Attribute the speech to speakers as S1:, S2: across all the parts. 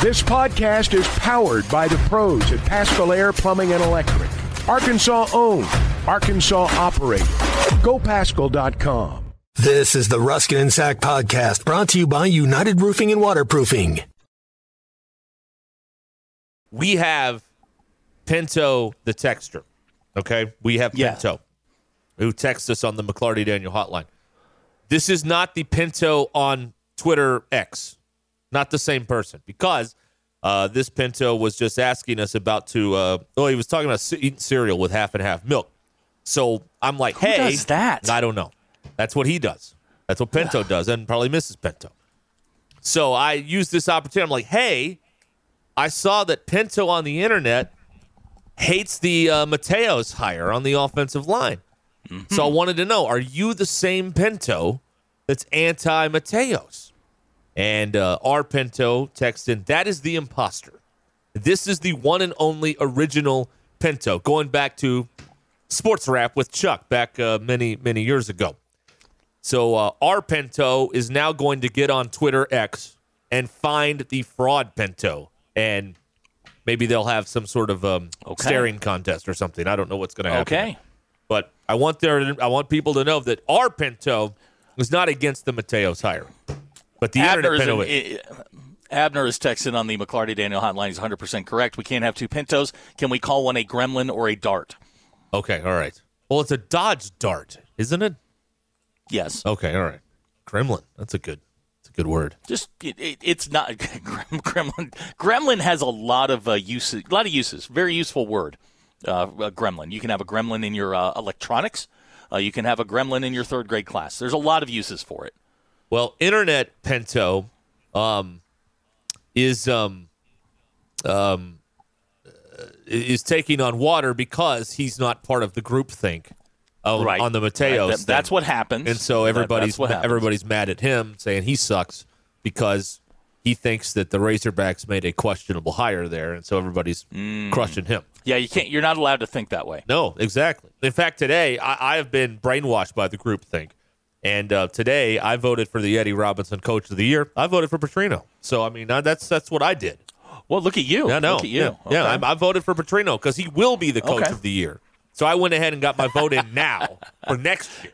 S1: This podcast is powered by the pros at Pascal Air Plumbing and Electric. Arkansas owned, Arkansas operated. GoPascal.com.
S2: This is the Ruskin and Sack podcast brought to you by United Roofing and Waterproofing.
S3: We have Pinto the texter. Okay? We have
S4: Yeah.
S3: Pinto who texts us on the McClarty Daniel hotline. This is not the Pinto on Twitter X. Not the same person because uh, this Pinto was just asking us about to. Uh, oh, he was talking about ce- eating cereal with half and half milk. So I'm like, hey,
S4: does that?
S3: I don't know. That's what he does. That's what Pinto does, and probably Mrs. Pinto. So I used this opportunity. I'm like, hey, I saw that Pinto on the internet hates the uh, Mateos hire on the offensive line. So I wanted to know: Are you the same Pinto that's anti Mateos? And uh, R Pinto texted, in, "That is the imposter. This is the one and only original Pinto, going back to Sports Rap with Chuck back uh, many many years ago." So uh, R Pinto is now going to get on Twitter X and find the fraud Pinto, and maybe they'll have some sort of um,
S4: Okay.
S3: staring contest or something. I don't know what's going to happen
S4: Okay.
S3: but I want their I want people to know that our Pinto was not against the Mateos hire, but the
S4: Abner
S3: internet
S4: is,
S3: Pinto.
S4: in-
S3: is.
S4: i- Abner is texting on the McClarty Daniel hotline. He's 100% correct. We can't have two Pintos. Can we call one a Gremlin or a Dart?
S3: okay, all right. Well, it's a Dodge Dart, isn't it?
S4: Yes.
S3: Okay, all right. Gremlin. That's a good. That's a good word.
S4: Just it, it, it's not grem- Gremlin. Gremlin has a lot of uh, uses. A lot of uses. Very useful word. Uh, a gremlin. You can have a Gremlin in your uh, electronics. Uh, you can have a Gremlin in your third grade class. There's a lot of uses for it.
S3: Well, internet Pinto um, is um, um, uh, is taking on water because he's not part of the groupthink on,
S4: Right.
S3: on the Mateos.
S4: That- that's
S3: thing.
S4: what happens.
S3: And so
S4: That-
S3: everybody's
S4: that's what happens.
S3: everybody's mad at him, saying he sucks because he thinks that the Razorbacks made a questionable hire there, and so everybody's
S4: Mm.
S3: crushing him.
S4: Yeah, you can't. You're not allowed to think that way.
S3: No, exactly. In fact, today I, I have been brainwashed by the group think, and uh, today I voted for the Eddie Robinson Coach of the Year. I voted for Petrino. So I mean, I, that's that's what I did.
S4: Well, look at you.
S3: Yeah, no,
S4: Oh, Look at you.
S3: yeah, yeah.
S4: Okay.
S3: I, I voted for Petrino because he will be the Coach
S4: Okay.
S3: of the Year. So I went ahead and got my vote in now for next year.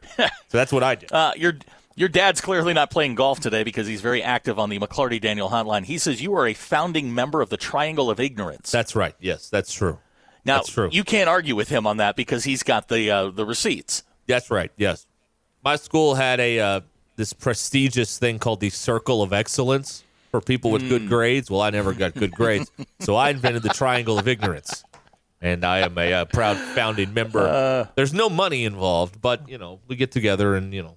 S3: So that's what I did.
S4: Uh, your your dad's clearly not playing golf today because he's very active on the McClarty Daniel hotline. He says you are a founding member of the Triangle of Ignorance.
S3: That's right. Yes, that's true.
S4: now,
S3: that's true.
S4: you can't argue with him on that because he's got the uh, the receipts.
S3: That's right. Yes, my school had a uh, this prestigious thing called the Circle of Excellence for people with
S4: Hmm.
S3: good grades. Well, I never got good grades, so I invented the Triangle of Ignorance, and I am a uh, proud founding member.
S4: Uh.
S3: There's no money involved, but you know we get together and you know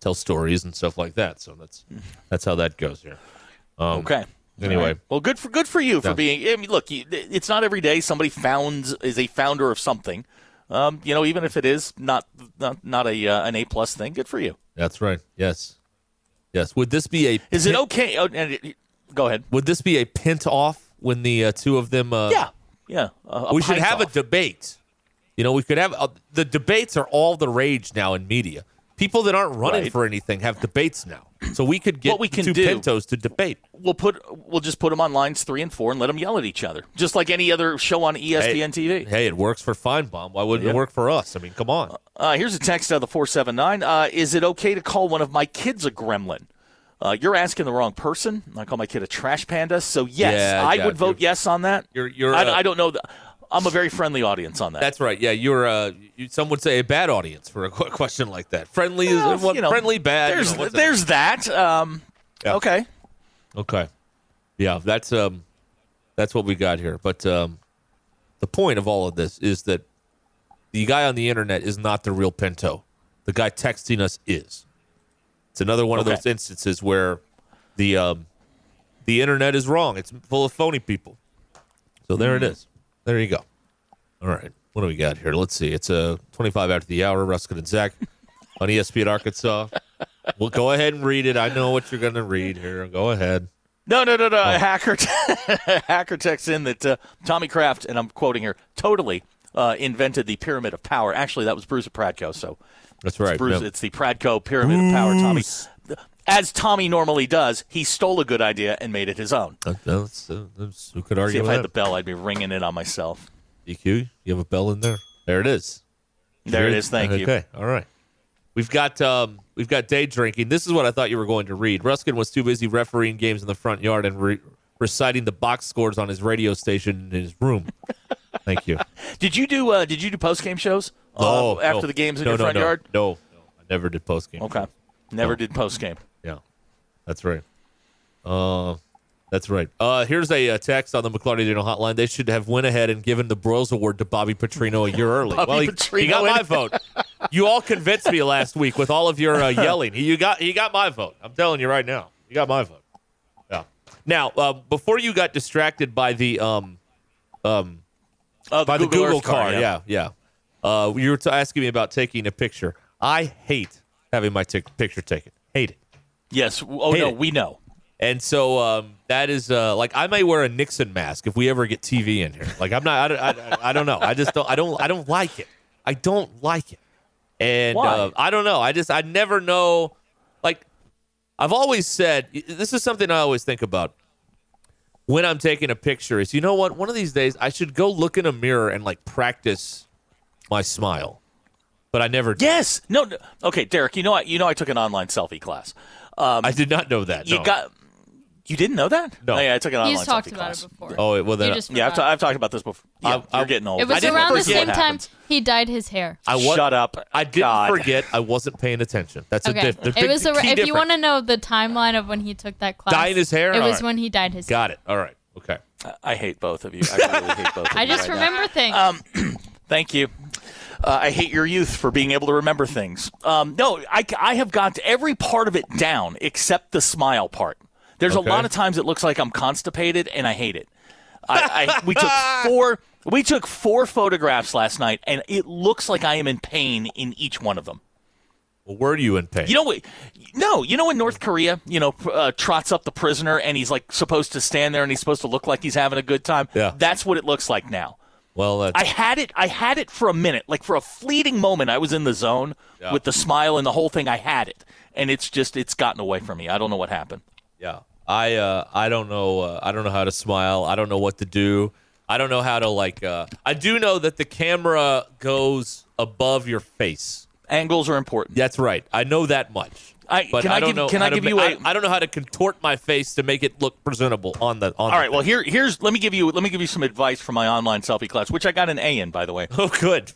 S3: tell stories and stuff like that. So that's that's how that goes here.
S4: Okay.
S3: Um, Anyway.
S4: All right. well, good for good for you for
S3: Yeah.
S4: being. I mean, look, you, it's not every day somebody founds is a founder of something. Um, you know, even if it is not not not a uh, an A plus thing, good for you.
S3: That's right. Yes, yes. Would this be a
S4: Is it okay? Oh, and it, go ahead.
S3: would this be a pint off when the uh, two of them? Uh,
S4: Yeah, yeah. a- a
S3: we should
S4: pint
S3: have
S4: off.
S3: a debate. You know, we could have uh, the debates are all the rage now in media. People that aren't running
S4: Right.
S3: for anything have debates now, so we could get
S4: What we can
S3: two
S4: do-
S3: pintos to debate.
S4: we'll put we'll just put them on lines three and four and let them yell at each other, just like any other show on E ESPN TV.
S3: Hey, it works for Feinbaum. Why wouldn't
S4: Yeah.
S3: it work for us? I mean, come on.
S4: Uh, here's a text out of the four seven nine. Uh, is it okay to call one of my kids a gremlin? Uh, you're asking the wrong person. I call my kid a trash panda. So yes,
S3: Yeah,
S4: I
S3: yeah,
S4: would vote
S3: you're-
S4: yes on that.
S3: you're- you're,
S4: I,
S3: uh,
S4: I don't know. The, I'm a very friendly audience on that.
S3: That's right. Yeah, you're. Uh, you, some would say a bad audience for a qu- question like that. Friendly is
S4: Well,
S3: what-
S4: you know,
S3: friendly bad. you
S4: There's
S3: know, what's that?
S4: there's that. Um,
S3: Yeah.
S4: Okay.
S3: Okay. Yeah, that's um that's what we got here. But um the point of all of this is that the guy on the internet is not the real Pinto. The guy texting us is. It's another one
S4: Okay.
S3: of those instances where the um the internet is wrong. It's full of phony people. So there it is. There you go. All right. What do we got here? Let's see. It's uh, 25 after the hour. Ruskin and Zach on E ESPN Arkansas. Well, go ahead and read it. I know what you're going to read here. Go ahead.
S4: No, no, no, no.
S3: Oh.
S4: A hacker, a hacker texts in that uh, Tommy Kraft, and I'm quoting here, totally uh, invented the pyramid of power. Actually, that was Bruce Pradko. So
S3: That's right.
S4: Bruce,
S3: yeah.
S4: it's the Pradko pyramid of power, Tommy. as Tommy normally does, he stole a good idea and made it his own.
S3: That- That's, uh, that's, who could
S4: See,
S3: argue
S4: if
S3: with
S4: I had the
S3: that?
S4: bell, I'd be ringing it on myself.
S3: DQ, you have a bell in there. There it is.
S4: There it is. Thank you.
S3: Okay. All right. We've got um, we've got day drinking. This is what I thought you were going to read. Ruskin was too busy refereeing games in the front yard and re- reciting the box scores on his radio station in his room. Thank
S4: Um,
S3: you.
S4: Did you do uh, Did you do post game shows?
S3: No,
S4: uh, after
S3: no.
S4: the games in
S3: Oh, No,
S4: your
S3: no,
S4: front
S3: no.
S4: yard.
S3: No, no, I never did post game.
S4: Okay, never did post game.
S3: Yeah, that's right. Uh, that's right. Uh, here's a, uh text on the McLarty Dino hotline. They should have went ahead and given the Broyles Award to Bobby Petrino a year early. well, he, he
S4: Petrino
S3: got
S4: in-
S3: my vote. You all convinced me last week with all of your uh, yelling. You got he got my vote. I'm telling you right now, you got my vote. Yeah. Now, uh, before you got distracted by the um,
S4: Uh,
S3: by the Google,
S4: Earth
S3: car. Yeah, yeah. Uh, you were t- asking me about taking a picture. I hate having my tic- picture taken. Hate it.
S4: Yes. Oh
S3: Hate
S4: no,
S3: it.
S4: we know.
S3: And so um, that is uh, like I may wear a Nixon mask if we ever get TV in here. Like I'm not. I, don't- I, I- I don't know. I just don't. I don't. I don't like it. I don't like it. And
S4: Why?
S3: Uh, I don't know. I just. I never know. Like I've always said, this is something I always think about when I'm taking a picture. Is you know what? One of these days I should go look in a mirror and like practice my smile. But I never. did.
S4: Yes. No. no. Okay, Derek. You know. I, you know. I took an online selfie class. Um,
S3: I did not know that.
S4: you
S3: no.
S4: got. You didn't know that?
S3: No.
S4: Oh, yeah, I took an
S5: You
S4: online
S5: just talked
S4: selfie
S5: about
S4: class.
S5: it before.
S3: Oh well, then
S5: You
S3: I-
S5: just
S4: Yeah, I've, t-
S5: forgot.
S4: I've talked about this before. Yeah,
S3: I-
S4: you're getting old.
S5: It
S4: I
S5: was
S4: didn't
S5: around the
S4: forget
S5: same
S4: what
S5: time
S4: happened.
S5: he dyed his hair.
S3: I was.
S4: Shut up.
S3: I didn't
S4: God.
S3: forget. I wasn't paying attention. That's
S5: Okay.
S3: a diff- there's
S5: it
S3: big-
S5: was
S3: key
S5: ar- if you
S3: difference.
S5: want to know the timeline of when he took that class.
S3: Dying his hair?
S5: It
S3: All
S5: was
S3: right.
S5: when he dyed his. hair.
S3: Got it. All right. Okay.
S4: I hate both of you. I really hate both of you.
S5: I just
S4: right now.
S5: remember things.
S3: Um,
S4: Thank you. Uh, I hate your youth for being able to remember things. Um, no, I, I have got every part of it down except the smile part. There's
S3: Okay.
S4: a lot of times it looks like I'm constipated, and I hate it. I, I, we took four we took four photographs last night, and it looks like I am in pain in each one of them.
S3: Well, were you in pain?
S4: You know what? No, you know in North Korea, you know, pr- uh, trots up the prisoner, and he's like supposed to stand there, and he's supposed to look like he's having a good time.
S3: Yeah.
S4: that's what it looks like now.
S3: well, uh, that's,
S4: I had it. I had it for a minute, like for a fleeting moment. I was in the zone
S3: Yeah.
S4: with the smile and the whole thing. I had it, and it's just it's gotten away from me. I don't know what happened.
S3: yeah. I uh, I don't know. Uh, I don't know how to smile. I don't know what to do. I don't know how to like. Uh, I do know that the camera goes above your face.
S4: Angles are important.
S3: That's right. I know that much.
S4: I-
S3: but
S4: can
S3: I
S4: I
S3: don't
S4: give-
S3: know.
S4: can
S3: how
S4: I
S3: to
S4: give
S3: ma-
S4: you a-
S3: I, I don't know how to contort my face to make it look presentable on the. On
S4: All
S3: the
S4: right. Well, here here's let me give you let me give you some advice from my online selfie class, which I got an A in, by the way.
S3: Oh, good.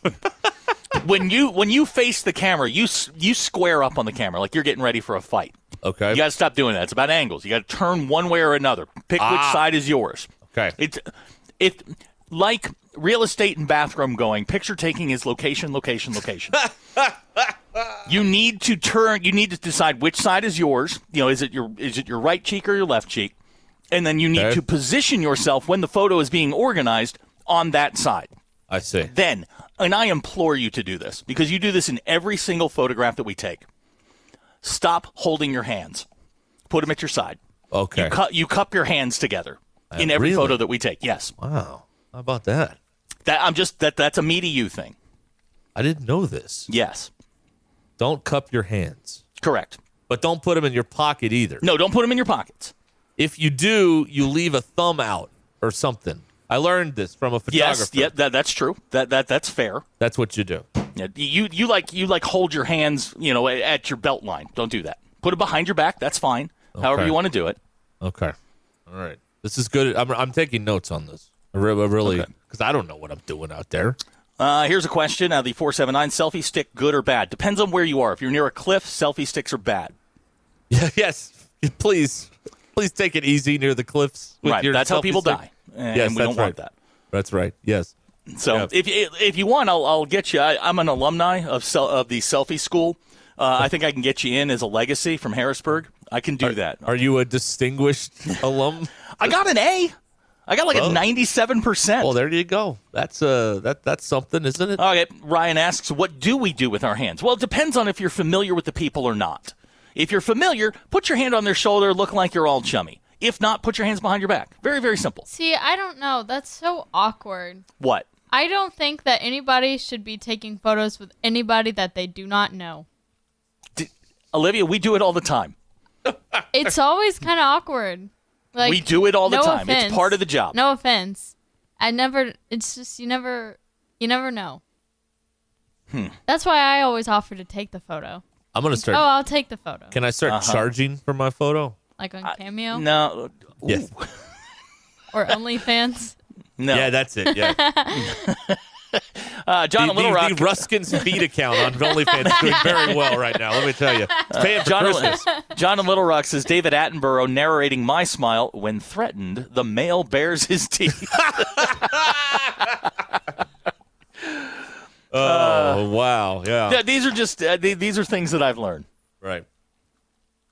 S4: when you when you face the camera, you s- you square up on the camera like you're getting ready for a fight.
S3: okay.
S4: You got to stop doing that. It's about angles. You got to turn one way or another. Pick
S3: Ah.
S4: which side is yours.
S3: Okay.
S4: It's it like real estate and bathroom going. Picture taking is location, location, location. you need to turn. You need to decide which side is yours. You know, is it your is it your right cheek or your left cheek? And then you need
S3: Okay.
S4: to position yourself when the photo is being organized on that side
S3: I see.
S4: then, and I implore you to do this because you do this in every single photograph that we take. Stop holding your hands. Put them at your side.
S3: Okay. Uh,
S4: You, cu- you cup your hands together in every
S3: really?
S4: photo that we take. Yes.
S3: wow. How about that?
S4: That I'm just that that's a me to you thing.
S3: I didn't know this.
S4: Yes.
S3: Don't cup your hands.
S4: Correct.
S3: but don't put them in your pocket either.
S4: No, don't put them in your pockets.
S3: If you do, you leave a thumb out or something. I learned this from a photographer.
S4: Yes. Yeah, that, that's true. That that that's fair.
S3: That's what you do.
S4: Yeah, you you like you like hold your hands, you know, a- at your belt line. Don't do that. Put it behind your back. That's fine. However
S3: Okay.
S4: you want to do it.
S3: Okay. All right. This is good. I'm, I'm taking notes on this. I re- I really, because I don't know what I'm doing out there.
S4: Uh, here's a question out of the 479 selfie stick, good or bad? Depends on where you are. If you're near a cliff, selfie sticks are bad.
S3: yes. Please, please take it easy near the cliffs. with
S4: right.
S3: your
S4: That's how
S3: selfie
S4: people
S3: stick.
S4: die. And
S3: Yes,
S4: we
S3: that's
S4: don't
S3: right.
S4: want that.
S3: That's right. Yes.
S4: So
S3: Yeah.
S4: if, if if you want, I'll, I'll get you. I, I'm an alumni of sel- of the selfie school. Uh, I think I can get you in as a legacy from Harrisburg. I can do that.
S3: Are you a distinguished alum?
S4: I got an A. I got like
S3: Well-
S4: a 97 percent.
S3: Well, there you go. That's uh, that that's something, isn't it?
S4: Okay, Ryan asks, what do we do with our hands? Well, it depends on if you're familiar with the people or not. If you're familiar, put your hand on their shoulder, look like you're all chummy. If not, put your hands behind your back. Very, very simple.
S5: See, I don't know. That's so awkward.
S4: What?
S5: I don't think that anybody should be taking photos with anybody that they do not know.
S4: Olivia, we do it all the time.
S5: It's always kind of awkward. Like
S4: we do it all the
S5: no
S4: time.
S5: Offense.
S4: It's part of the job.
S5: No offense. I never. It's just you never. You never know.
S4: Hmm.
S5: That's why I always offer to take the photo.
S3: I'm gonna
S5: Oh,
S3: start.
S5: I'll take the photo.
S3: Can I start
S4: Uh-huh.
S3: charging for my photo?
S5: like on Cameo
S4: No. Ooh.
S3: Yes.
S5: or OnlyFans.
S4: No.
S3: Yeah, that's it. Yeah,
S4: uh, John
S3: the,
S4: and Little Rock.
S3: the, the Ruskin's feed account on OnlyFans is doing very well right now. Let me tell you, it's paying for
S4: John,
S3: Christmas.
S4: John and Little Rock says David Attenborough narrating My Smile when threatened, the male bears his teeth.
S3: Oh wow, yeah,
S4: uh, Yeah, these are just uh, th- these are things that I've learned.
S3: right.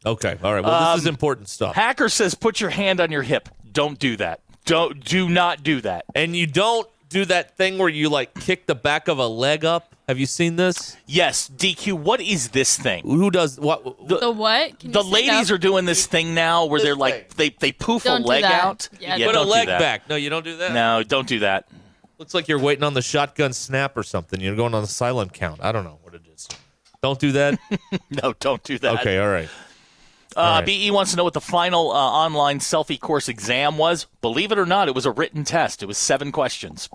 S3: Okay, all right. Well, this is
S4: Um,
S3: important stuff,
S4: Hacker says put your hand on your hip. Don't do that. Don't do not do that.
S3: and you don't do that thing where you like kick the back of a leg up. Have you seen this?
S4: Yes, DQ. What is this thing?
S3: Who does what?
S5: The what? Can
S4: The
S5: you stand
S4: ladies
S5: up?
S4: are doing this thing now where they're like they they poof
S5: Don't
S4: a
S5: do
S4: leg
S5: that.
S4: out.
S5: Yeah,
S3: Put a
S4: don't do
S3: leg
S4: that.
S3: back. No, you don't do that.
S4: No, don't do that.
S3: Looks like you're waiting on the shotgun snap or something. You're going on the silent count. I don't know what it is. Don't do that.
S4: No, don't do that.
S3: okay, all right.
S4: Uh,
S3: right.
S4: BE wants to know what the final uh, online selfie course exam was. Believe it or not, it was a written test. It was seven questions.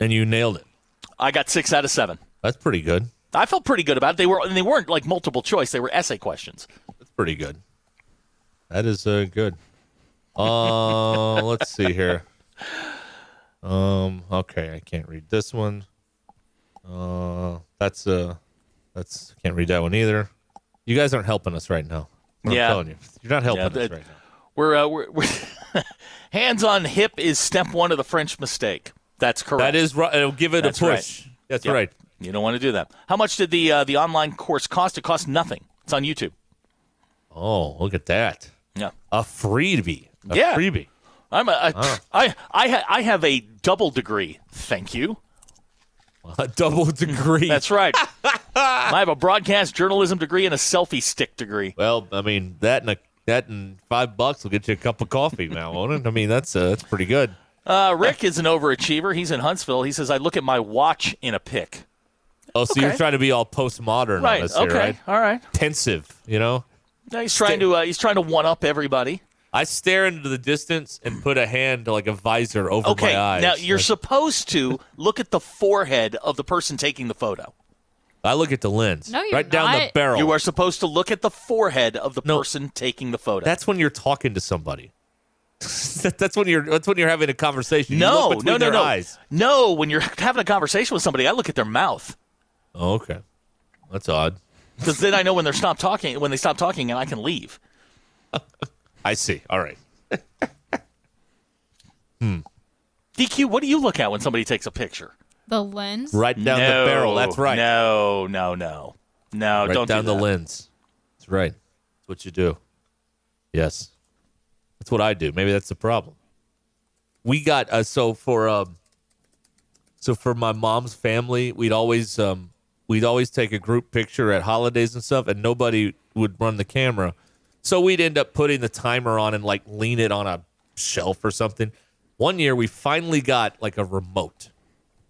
S3: And you nailed it.
S4: I got six out of seven.
S3: That's pretty good.
S4: I felt pretty good about it. They were and they weren't like multiple choice. They were essay questions.
S3: That's pretty good. That is uh, good. Uh, let's see here. Um, okay, I can't read this one. Uh, that's uh, that's can't read that one either. You guys aren't helping us right now. I'm
S4: Yeah.
S3: telling you, you're not helping
S4: Yeah,
S3: us
S4: that-
S3: right now.
S4: We're, uh, we're, we're hands on hip is step one of the French mistake. That's correct.
S3: That is right. It'll give it
S4: That's
S3: a
S4: right.
S3: push. That's
S4: Yep.
S3: right.
S4: You don't want to do that. How much did the uh, the online course cost? It cost nothing. It's on YouTube.
S3: Oh, look at that.
S4: Yeah.
S3: A freebie. A
S4: Yeah.
S3: freebie.
S4: I'm a, a I I ha- I have a double degree. Thank you.
S3: A double degree.
S4: That's right. I have a broadcast journalism degree and a selfie stick degree.
S3: well, I mean that and a, that and five bucks will get you a cup of coffee now, won't it? I mean that's uh, that's pretty good.
S4: Uh, Rick is an overachiever. He's in Huntsville. He says, "I look at my watch in a pic."
S3: Oh, so you're
S4: Okay.
S3: trying to be all postmodern on
S4: Right.
S3: us
S4: Okay.
S3: here, right?
S4: All right.
S3: Pensive, you know.
S4: Now he's trying to uh, he's trying to one up everybody.
S3: I stare into the distance and put a hand like a visor over
S4: Okay.
S3: my eyes.
S4: Now you're
S3: Like,
S4: supposed to look at the forehead of the person taking the photo.
S3: I look at the lens.
S5: No, you're
S3: right down the
S5: not.
S3: barrel.
S4: You are supposed to look at the forehead of the
S3: No.
S4: person taking the photo.
S3: That's when you're talking to somebody. that's when you're. That's when you're having a conversation. You
S4: no,
S3: look
S4: no,
S3: between
S4: no,
S3: their
S4: no.
S3: Eyes.
S4: No, when you're having a conversation with somebody, I look at their mouth
S3: Oh, okay, that's odd.
S4: because then I know when they're stop talking when they stop talking and I can leave.
S3: I see. All right.
S4: DQ, what do you look at when somebody takes a picture?
S5: the lens.
S3: Right down
S4: no,
S3: the barrel. That's right.
S4: No, no, no, no.
S3: right
S4: don't
S3: down
S4: do
S3: the
S4: that.
S3: lens. That's right. That's what you do. Yes. That's what I do. Maybe that's the problem. We got uh, so for um so for my mom's family, we'd always um we'd always take a group picture at holidays and stuff and nobody would run the camera. So we'd end up putting the timer on and like lean it on a shelf or something. One year we finally got like a remote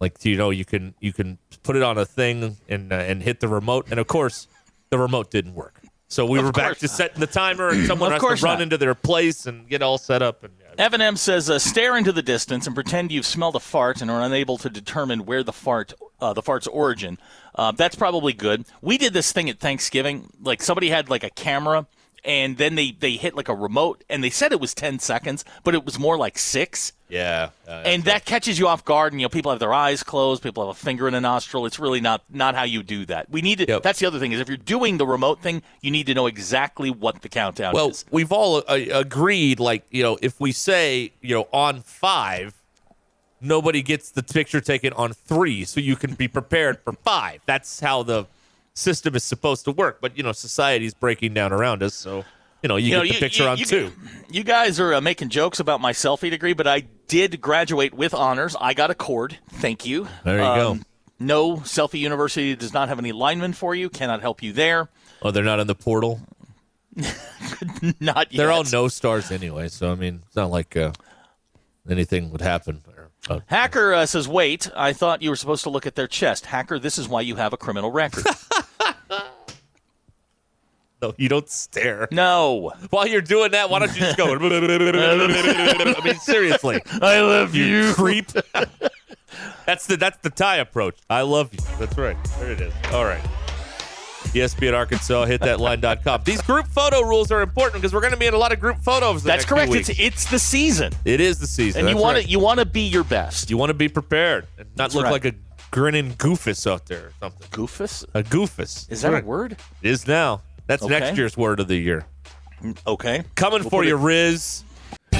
S3: like you know you can you can put it on a thing and uh, and hit the remote and of course the remote didn't work so we were back
S4: course
S3: to setting the timer and someone
S4: Of
S3: has to
S4: course
S3: run
S4: not.
S3: into their place and get all set up and
S4: Evan M says, uh, "Stare into the distance and pretend you've smelled a fart and are unable to determine where the fart, uh, the fart's origin." Uh, that's probably good. We did this thing at Thanksgiving. Like somebody had like a camera, and then they they hit like a remote, and they said it was ten seconds, but it was more like six.
S3: yeah uh,
S4: And that catches you off guard, and you know people have their eyes closed, people have a finger in a nostril. It's really not not how you do that. We need to.
S3: Yep.
S4: That's the other thing is if you're doing the remote thing, you need to know exactly what the countdown
S3: well
S4: is.
S3: we've all uh, agreed like you know if we say you know on 5 nobody gets the picture taken on 3 so you can be prepared for 5 that's how the system is supposed to work but you know society's breaking down around us so you know you,
S4: know,
S3: get the picture on
S4: you,
S3: 2
S4: You guys are uh, making jokes about my selfie degree, but I did graduate with honors. I got a cord. Thank you. Um,
S3: There you go.
S4: No, Selfie University does not have any linemen for you. Cannot help you there.
S3: Oh, they're not in the portal.
S4: Not yet.
S3: They're all no stars anyway, so I mean, it's not like uh, anything would happen. Or, uh,
S4: Hacker uh, says, "Wait, I thought you were supposed to look at their chest." Hacker, this is why you have a criminal record.
S3: No, you don't stare.
S4: No.
S3: While you're doing that, why don't you just go? I mean, seriously,
S4: I love you.
S3: creep. that's the that's the tie approach. I love you. That's right. There it is. All right. E ESPN Arkansas, hit that line.com. These group photo rules are important because we're going to be in a lot of group photos. The
S4: That's
S3: next few
S4: correct. It's
S3: weeks.
S4: it's the season,
S3: It is the season,
S4: and you
S3: That's
S4: want
S3: right.
S4: to you want to be your best.
S3: You want to be prepared and not
S4: That's
S3: look
S4: right.
S3: like a grinning goofus out there or something.
S4: Goofus?
S3: A goofus.
S4: Is that
S3: Right.
S4: a word?
S3: It is now. That's
S4: Okay.
S3: next year's word of the year.
S4: Okay.
S3: Coming for
S4: put
S3: you,
S4: it-
S3: Riz.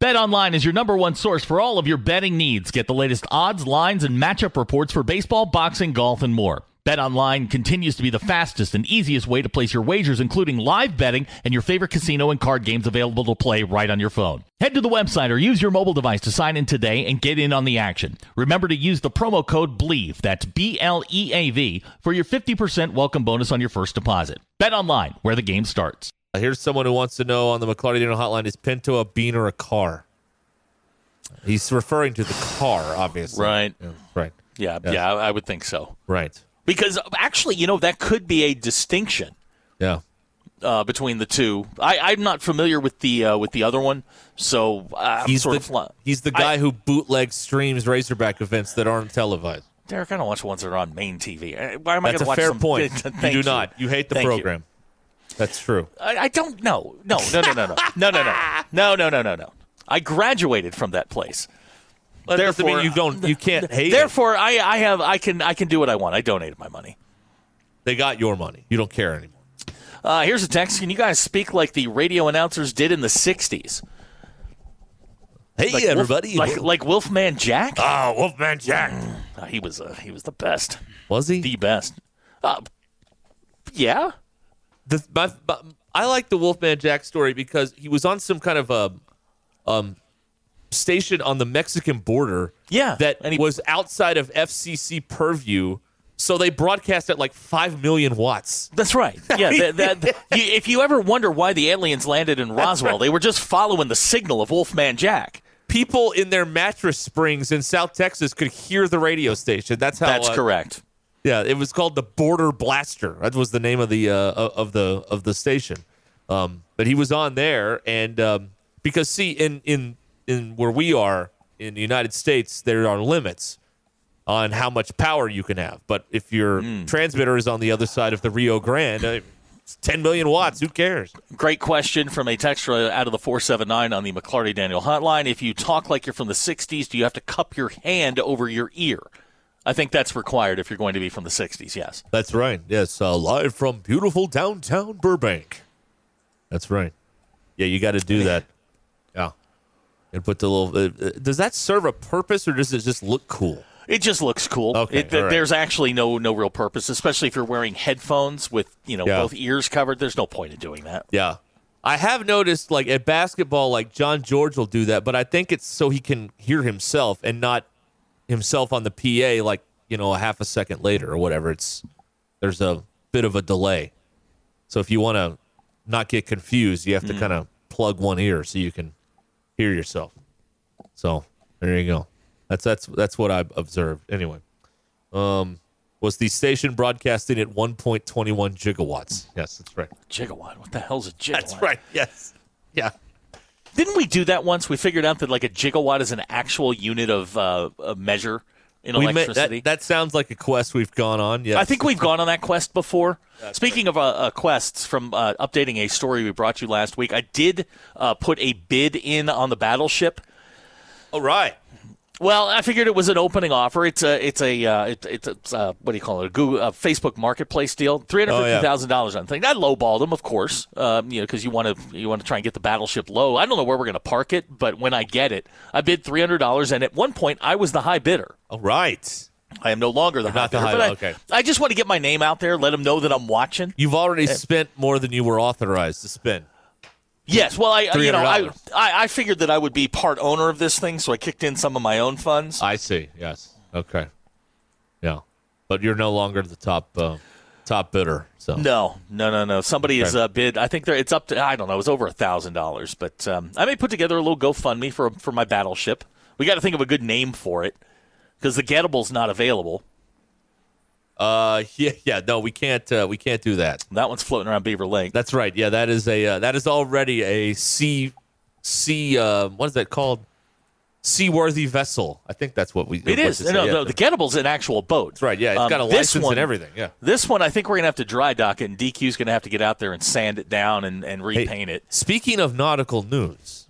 S4: BetOnline is your number one source for all of your betting needs. Get the latest odds, lines, and matchup reports for baseball, boxing, golf, and more. BetOnline continues to be the fastest and easiest way to place your wagers, including live betting and your favorite casino and card games available to play right on your phone. Head to the website or use your mobile device to sign in today and get in on the action. Remember to use the promo code BLEAV, that's B L E A V, for your 50% welcome bonus on your first deposit. BetOnline, where the game starts.
S3: Uh, Here's someone who wants to know on the McClarty Dino hotline is Pinto a bean or a car? He's referring to the car, obviously. Yeah, right.
S4: Yeah,
S3: Yes.
S4: yeah, I would think so.
S3: Right.
S4: Because actually, you know, that could be a distinction
S3: Yeah.
S4: uh, between the two. I, I'm not familiar with the uh, with the other one, so uh, I'm
S3: He's
S4: sort
S3: the,
S4: of fly-
S3: he's the
S4: I-
S3: guy who bootlegs streams Razorback events that aren't televised.
S4: Derek, I don't watch ones that are on main TV. Uh, Why am I going
S3: That's
S4: to
S3: a
S4: watch
S3: fair
S4: some-
S3: point.
S4: Thank
S3: you do not. You hate the
S4: Thank you.
S3: program. That's true.
S4: I, I don't know. No, no, no, no, no, no, no, no, no, no, no, no, no. I graduated from that place.
S3: That doesn't mean you don't. You can't hate. it.
S4: Therefore, I, I have I can I can do what I want. I donated my money.
S3: They got your money. You don't care anymore.
S4: Uh, here's a text. Can you guys speak like the radio announcers did in the '60s?
S3: Hey
S4: Like Wolf-
S3: everybody!
S4: like like Wolfman Jack.
S3: oh, Wolfman Jack.
S4: Uh, he was uh, he was the best.
S3: Was he?
S4: the best. Uh, yeah.
S3: the my, my, I like the Wolfman Jack story because he was on some kind of a um station on the Mexican border.
S4: Yeah,
S3: that
S4: and he-
S3: was outside of FCC purview. So they broadcast at like five million watts.
S4: That's right. Yeah. that- that- you, if you ever wonder why the aliens landed in Roswell, they were just following the signal of Wolfman Jack.
S3: People in their mattress springs in South Texas could hear the radio station. That's how.
S4: That's
S3: uh,
S4: correct.
S3: Yeah, it was called the Border Blaster. That was the name of the uh, of the of the station. Um, but he was on there, and um, because see, in in in where we are in the United States, there are limits on how much power you can have. But if your transmitter is on the other side of the Rio Grande, uh, it's ten million watts. Who cares?
S4: Great question from a texter out of the 479 on the McClarty Daniel hotline. If you talk like you're from the 60s, do you have to cup your hand over your ear? I think that's required if you're going to be from the 60s, yes.
S3: That's right. Yes, uh, live from beautiful downtown Burbank. That's right. Yeah, you got to do that. Yeah, and put the little. Uh, uh, does that serve a purpose or does it just look cool?
S4: It just looks cool.
S3: Okay,
S4: It, th-
S3: all right.
S4: There's actually no no real purpose, especially if you're wearing headphones with you know
S3: Yeah.
S4: both ears covered. There's no point in doing that.
S3: Yeah, I have noticed like at basketball, like John George will do that, but I think it's so he can hear himself and not himself on the PA, like you know, a half a second later or whatever. It's there's a bit of a delay, so if you want to not get confused, you have to kind of plug one ear so you can hear yourself. So there you go. That's that's that's what I observed. Anyway, um, was the station broadcasting at 1.21 gigawatts? Yes, that's right.
S4: Gigawatt. What the hell's a gigawatt?
S3: That's right. Yes. Yeah.
S4: Didn't we do that once? We figured out that like a gigawatt is an actual unit of uh, a measure in
S3: We met,
S4: electricity.
S3: that, that sounds like a quest we've gone on. Yes.
S4: I think we've gone on that quest before. Speaking of uh, uh, quests, from uh, updating a story we brought you last week, I did uh, put a bid in on the battleship.
S3: All right.
S4: Well, I figured it was an opening offer. It's a, it's a, uh, it, it's a, it's a- what do you call it? A Google, a Facebook Marketplace deal. Three hundred fifty thousand dollars on the thing. I lowballed them, of course. Um, you know, because you want to, you want to try and get the battleship low. I don't know where we're going to park it, but when I get it, I bid three hundred dollars, and at one point I was the high bidder.
S3: All right.
S4: I am no longer the
S3: not the
S4: high bidder,
S3: high-
S4: but I,
S3: okay.
S4: I just want to get my name out there, let them know that I'm watching.
S3: You've already spent more than you were authorized to spend.
S4: Yes, well, I you know I,
S3: $300.
S4: I I figured that I would be part owner of this thing, so I kicked in some of my own funds.
S3: I see. Yes. Okay. Yeah. But you're no longer the top uh, top bidder. So
S4: No, no, no, no. Somebody has uh, bid. I think they're, it's up to I don't know. It's over a thousand dollars, but um, I may put together a little GoFundMe for for my battleship. We got to think of a good name for it because the Getable's not available.
S3: Uh, yeah, yeah. No, we can't. Uh, we can't do that.
S4: That one's floating around Beaver Lake.
S3: That's right. Yeah, that is a uh, that is already a C C. Uh, what is that called? Seaworthy vessel. I think that's what we.
S4: it is. No, no, the um,
S3: that's
S4: Getable's an actual boat. That's
S3: right. Yeah, it's got a license and everything. Yeah.
S4: This one, I think we're gonna have to dry dock it, and DQ's gonna have to get out there and sand it down and, and
S3: Hey,
S4: repaint it. Mm-hmm.
S3: Speaking of nautical news,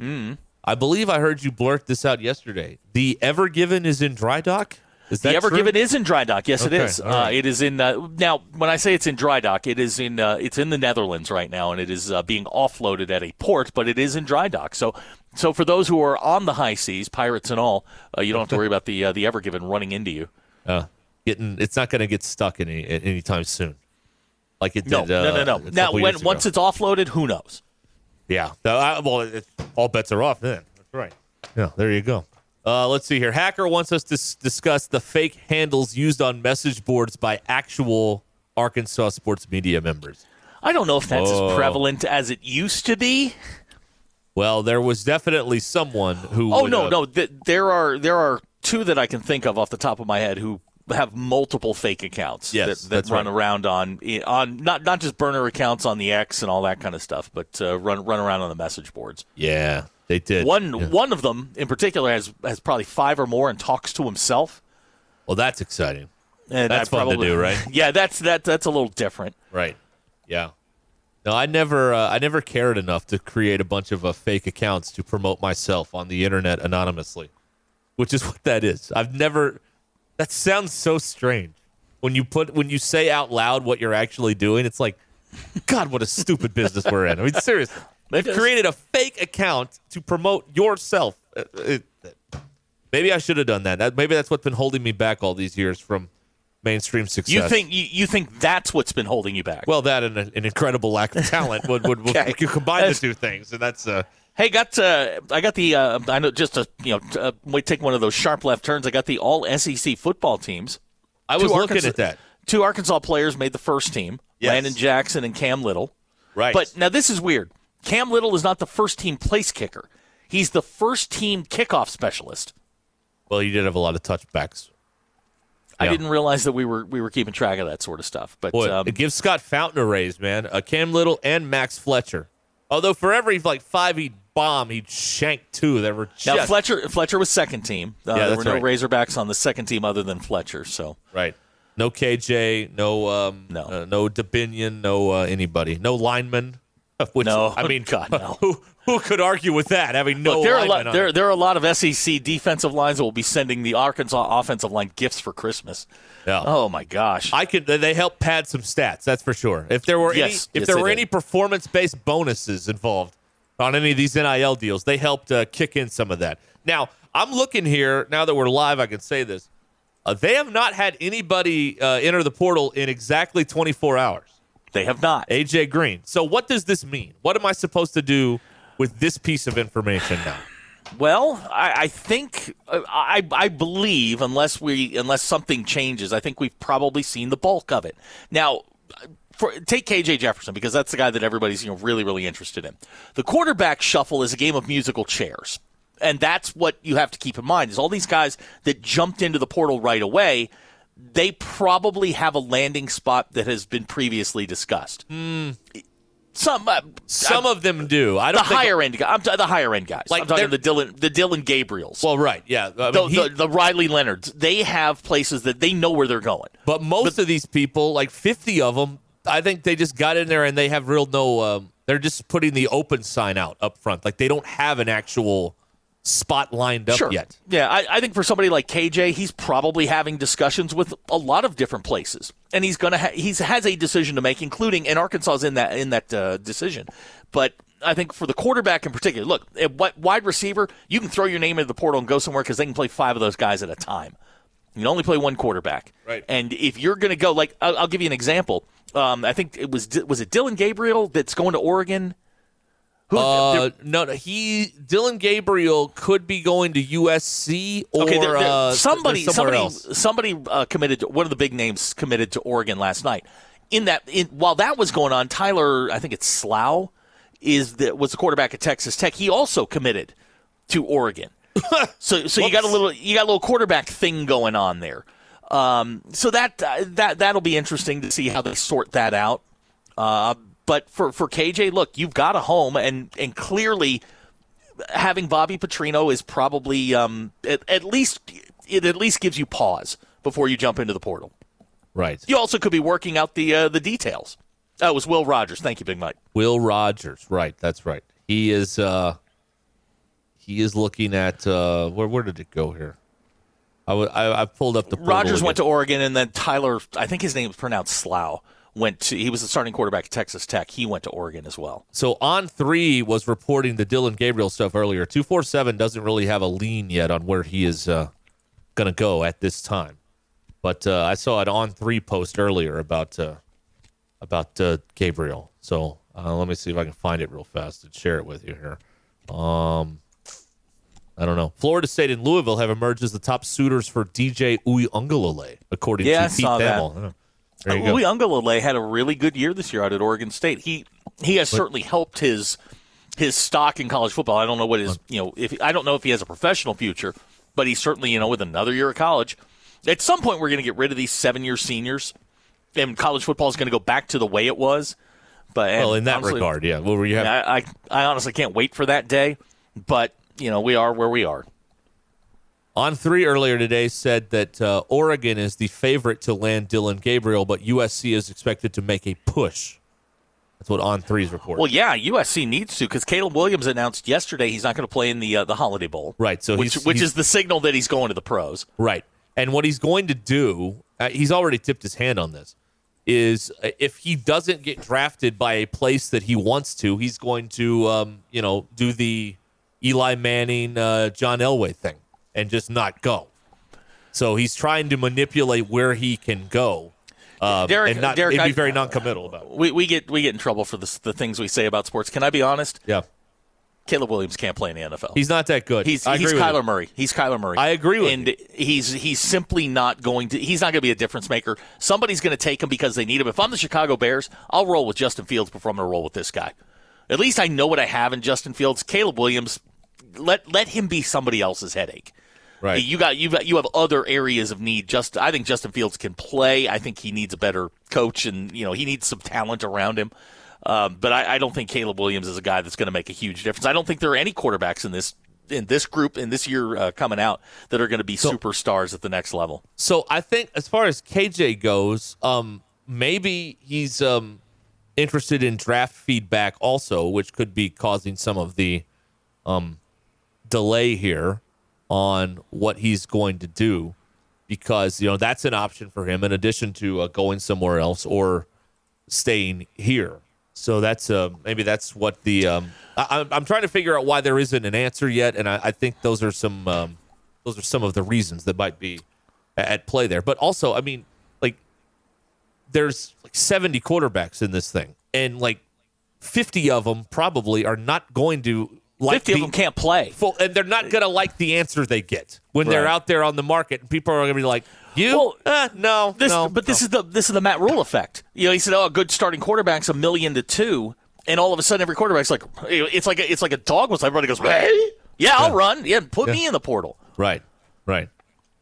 S3: I believe I heard you blurt this out yesterday. The Ever Given is in dry dock. Is that
S4: the Ever
S3: true?
S4: Given is in dry dock. Yes,
S3: Okay,
S4: it is.
S3: all right.
S4: Uh, it is in uh, now. When I say it's in dry dock, it is in uh, it's in the Netherlands right now, and it is uh, being offloaded at a port, but it is in dry dock. So, so for those who are on the high seas, pirates and all, uh, you don't have to worry about the uh, the Ever Given running into you.
S3: Uh, getting it's not going to get stuck any at any time soon. Like it did.
S4: No,
S3: uh,
S4: no, no,
S3: a
S4: no.
S3: couple
S4: Now,
S3: years
S4: when
S3: ago.
S4: once it's offloaded, who knows?
S3: Yeah. No, I- well, it, all bets are off then. That's right. Yeah. There you go. Uh, let's see here. Hacker wants us to s- discuss the fake handles used on message boards by actual Arkansas sports media members.
S4: I don't know if that's
S3: Whoa.
S4: as prevalent as it used to be.
S3: Well, there was definitely someone who.
S4: Oh
S3: would,
S4: no,
S3: uh,
S4: no. Th- there are there are two that I can think of off the top of my head who have multiple fake accounts
S3: Yes,
S4: that, that
S3: that's
S4: run
S3: right.
S4: around on on not not just burner accounts on the X and all that kind of stuff, but uh, run run around on the message boards.
S3: Yeah, they did.
S4: One
S3: Yeah.
S4: one of them in particular has has probably five or more and talks to himself.
S3: Well, that's exciting.
S4: And
S3: That's
S4: I
S3: fun to
S4: probably-
S3: do, right?
S4: yeah, that's that that's a little different.
S3: Right. Yeah. No, I never, uh, I never cared enough to create a bunch of uh, fake accounts to promote myself on the internet anonymously, which is what that is. I've never. That sounds so strange. When you put, when you say out loud what you're actually doing, it's like, God, what a stupid business we're in. I mean, seriously, they've
S4: is.
S3: created a fake account to promote yourself. Uh, it- maybe I should have done that. that. Maybe that's what's been holding me back all these years from mainstream success.
S4: You think you, you think that's what's been holding you back?
S3: Well, that and a, an incredible lack of talent would would, would
S4: Okay.
S3: you combine
S4: That's-
S3: the two things, and that's uh,
S4: Hey, got uh, I got the uh, I know just to you know t- uh, we take one of those sharp left turns. I got the all SEC football teams.
S3: I was
S4: Two
S3: looking
S4: Arkansas-
S3: at that.
S4: Two Arkansas players made the first team:
S3: Yes.
S4: Landon Jackson and Cam Little.
S3: Right.
S4: But now this is weird. Cam Little is not the first team place kicker. He's the first team kickoff specialist.
S3: Well, you did have a lot of touchbacks.
S4: I
S3: Yeah.
S4: didn't realize that we were we were keeping track of that sort of stuff. But
S3: Boy,
S4: um,
S3: give Scott Fountain a raise, man. Uh, Cam Little and Max Fletcher. Although for every like five he'd bomb, he'd shank two that were
S4: now
S3: just
S4: Fletcher Fletcher was second team. Uh,
S3: Yeah,
S4: there
S3: that's
S4: were no
S3: right.
S4: Razorbacks on the second team other than Fletcher. So
S3: right. No KJ, no um,
S4: No.
S3: uh, no Dabinion, no uh, anybody, no lineman. Which,
S4: No.
S3: I mean,
S4: God, no.
S3: Who who could argue with that? Having no
S4: Look, there are a
S3: linemen
S4: lot
S3: on
S4: there, there are a lot of SEC defensive lines that will be sending the Arkansas offensive line gifts for Christmas.
S3: Yeah.
S4: Oh my gosh.
S3: I could. They help pad some stats. That's for sure. If there were any,
S4: Yes,
S3: if
S4: yes,
S3: there
S4: they
S3: were
S4: did.
S3: any performance based bonuses involved on any of these NIL deals, they helped uh, kick in some of that. Now I'm looking here. Now that we're live, I can say this. Uh, they have not had anybody uh, enter the portal in exactly 24 hours.
S4: they have not.
S3: AJ Green. So what does this mean? What am I supposed to do with this piece of information now?
S4: Well, I, I think uh, I, I believe unless we unless something changes, I think we've probably seen the bulk of it. Now, for, take KJ Jefferson because that's the guy that everybody's you know really really interested in. The quarterback shuffle is a game of musical chairs, and that's what you have to keep in mind. Is all these guys that jumped into the portal right away. They probably have a landing spot that has been previously discussed. Some, uh,
S3: Some
S4: I'm-
S3: of them do. I
S4: the
S3: don't think,
S4: higher end. guy- I'm t- the higher end guys.
S3: Like,
S4: I'm talking
S3: they're-
S4: the Dylan, the Dylan Gabriels.
S3: Well, right. Yeah. I mean,
S4: the,
S3: he-
S4: the, the Riley Leonards, they have places that they know where they're going.
S3: But most of these people, like 50 of them, I think they just got in there and they have real no. Um, they're just putting the open sign out up front. Like they don't have an actual spot lined up yet.
S4: Yeah, I, I think for somebody like KJ, he's probably having discussions with a lot of different places, and he's gonna ha- he's has a decision to make, including and Arkansas's in that in that uh, decision. But I think for the quarterback in particular, look, at what wide receiver, you can throw your name into the portal and go somewhere because they can play five of those guys at a time. You can only play one quarterback.
S3: Right.
S4: And if you're going to go, like, I'll, I'll give you an example. Um, I think it was was it Dylan Gabriel that's going to Oregon. Who,
S3: Uh,
S4: they're-
S3: no, no, he Dylan Gabriel could be going to USC or
S4: okay, they're- they're-
S3: uh,
S4: somebody,
S3: they're somewhere
S4: somebody,
S3: else.
S4: somebody uh, committed. To, one of the big names committed to Oregon last night. In that, in, while that was going on, Tyler, I think it's Slough, is the was the quarterback at Texas Tech. He also committed to Oregon. So, so you got a little you got a little quarterback thing going on there. Um, so that uh, that that'll be interesting to see how they sort that out. Uh, but for for KJ, look, you've got a home, and and clearly having Bobby Petrino is probably um, at, at least it at least gives you pause before you jump into the portal.
S6: Right.
S4: You also could be working out the uh, the details. That was Will Rogers. Thank you, Big Mike.
S3: Will Rogers, right? That's right. He is. uh He is looking at uh where? Where did it go here? I wa- I- I pulled up the portal
S4: Rogers went
S3: again.
S4: to Oregon, and then Tyler, I think his name is pronounced Slough, went to. He was the starting quarterback at Texas Tech. He went to Oregon as well.
S3: So on three was reporting the Dylan Gabriel stuff earlier. Two four seven doesn't really have a lean yet on where he is uh, going to go at this time. But uh, I saw an on three post earlier about uh, about uh, Gabriel. So uh, let me see if I can find it real fast and share it with you here. Um, I don't know. Florida State and Louisville have emerged as the top suitors for DJ Uyunglele, according
S4: Yeah, I
S3: to Pete
S4: saw that. Uh,
S3: Thamel. Yeah. There you go.
S4: Louis Ungalale had a really good year this year out at Oregon State. He he has certainly helped his his stock in college football. I don't know what his you know if I don't know if he has a professional future, but he certainly you know with another year of college, at some point we're going to get rid of these seven year seniors, and college football is going to go back to the way it was. But and
S3: Well, in that
S4: honestly,
S3: regard, yeah. Well, where you have
S4: I, I I honestly can't wait for that day. But you know we are where we are.
S3: On three earlier today said that uh, Oregon is the favorite to land Dylan Gabriel, but USC is expected to make a push. That's what On Three's report.
S4: Well, yeah, USC needs to because Caleb Williams announced yesterday he's not going to play in the uh, the Holiday Bowl.
S3: Right, so
S4: which
S3: he's-
S4: which
S3: he's-
S4: is the signal that he's going to the pros.
S3: Right. And what he's going to do, uh, he's already tipped his hand on this, is uh, if he doesn't get drafted by a place that he wants to, he's going to, um, you know, do the Eli Manning, uh, John Elway thing and just not go. So he's trying to manipulate where he can go. Um,
S4: Derek-
S3: and not,
S4: Derek,
S3: and be
S4: I-
S3: very non-committal about it.
S4: We we get we get in trouble for the the things we say about sports. Can I be honest?
S3: Yeah.
S4: Caleb Williams can't play in the NFL.
S3: He's not that good.
S4: he's
S3: I
S4: he's
S3: agree with
S4: Kyler
S3: you.
S4: Murray. He's Kyler Murray.
S3: I agree with
S4: and
S3: you.
S4: he's he's simply not going to. He's not going to be a difference maker. Somebody's going to take him because they need him. If I'm the Chicago Bears, I'll roll with Justin Fields before I'm going to roll with this guy. At least I know what I have in Justin Fields. Caleb Williams, let let him be somebody else's headache.
S3: Right.
S4: You got you you have other areas of need. Just I think Justin Fields can play. I think he needs a better coach, and you know he needs some talent around him. Um, but I, I don't think Caleb Williams is a guy that's going to make a huge difference. I don't think there are any quarterbacks in this in this group in this year uh, coming out that are going to be superstars at the next level.
S3: So I think as far as KJ goes, um, maybe he's um, interested in draft feedback also, which could be causing some of the um, delay here on what he's going to do, because you know that's an option for him in addition to uh, going somewhere else or staying here. So that's uh, maybe that's what the um, I, I'm- I'm trying to figure out why there isn't an answer yet, and I, I think those are some um, those are some of the reasons that might be a- at play there. But also, I mean, like there's like 70 quarterbacks in this thing, and like 50 of them probably are not going to like
S4: Fifty
S3: the-
S4: of them can't play.
S3: full, and they're not going to like the answer they get when they're
S4: Right.
S3: out there on the market, and people are going to be like, "You,
S4: Well,
S3: Eh, no,
S4: This,
S3: no,
S4: but
S3: no."
S4: this is the this is the Matt Rule effect. You know, he said, "Oh, a good starting quarterback's a million to two, and all of a sudden, every quarterback's like, it's like a, it's like a dog with everybody goes, hey, yeah, I'll run, yeah, put me in the portal.
S3: Right. Right.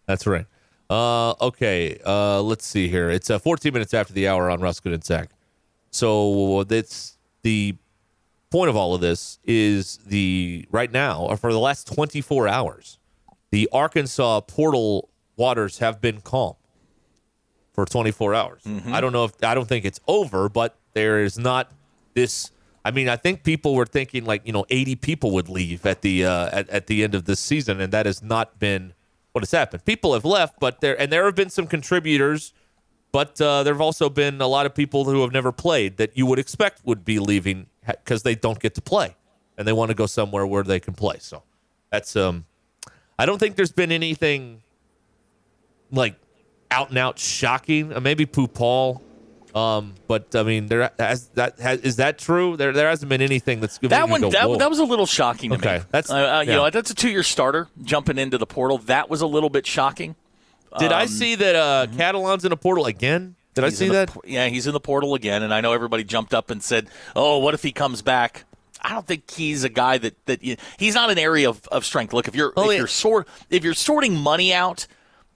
S3: That's right. Uh, okay. Uh, let's see here. It's uh, 14 minutes after the hour on Ruskin and Sack. So that's the point of all of this is the right now or for the last 24 hours, the Arkansas portal waters have been calm for 24 hours. I don't know if I don't think it's over, but there is not this. I mean, I think people were thinking like you know 80 people would leave at the uh, at, at the end of this season, and that has not been what has happened. People have left, but there and there have been some contributors, but uh, there have also been a lot of people who have never played that you would expect would be leaving because they don't get to play and they want to go somewhere where they can play. So that's um, I don't think there's been anything like out and out shocking. Uh, maybe Pupal. Um, but I mean, there has that has, is that true? There there hasn't been anything that's given
S4: That
S3: me
S4: one,
S3: Go,
S4: that,
S3: whoa.
S4: that was a little shocking to
S3: Okay,
S4: me.
S3: that's-
S4: uh, uh, you
S3: yeah.
S4: know that's a two-year starter jumping into the portal. That was a little bit shocking.
S3: Did I see that uh, Catalan's in a portal again? Did I
S4: um, mm-hmm. He's
S3: see
S4: in the
S3: that?
S4: por- yeah, he's in the portal again, and I know everybody jumped up and said, "Oh, what if he comes back?" I don't think he's a guy that that you, he's not an area of, of strength. Look, if you're
S3: Oh,
S4: if
S3: yeah.
S4: you're sort if you're sorting money out,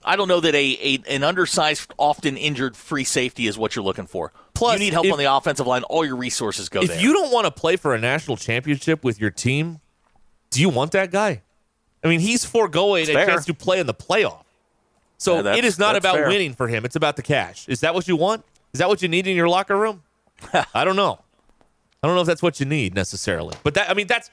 S4: I don't know that a, a an undersized, often injured free safety is what you're looking for.
S3: Plus,
S4: you need help
S3: if-
S4: on the offensive line. All your resources go there.
S3: If you don't want to play for a national championship with your team, do you want that guy? I mean, he's foregoing a
S4: fair.
S3: chance to play in the playoff.
S4: Yeah,
S3: So
S4: that's-
S3: it is not
S4: that's
S3: about
S4: fair.
S3: winning for him. It's about the cash. Is that what you want? Is that what you need in your locker room? I don't know. I don't know if that's what you need necessarily. But that I mean that's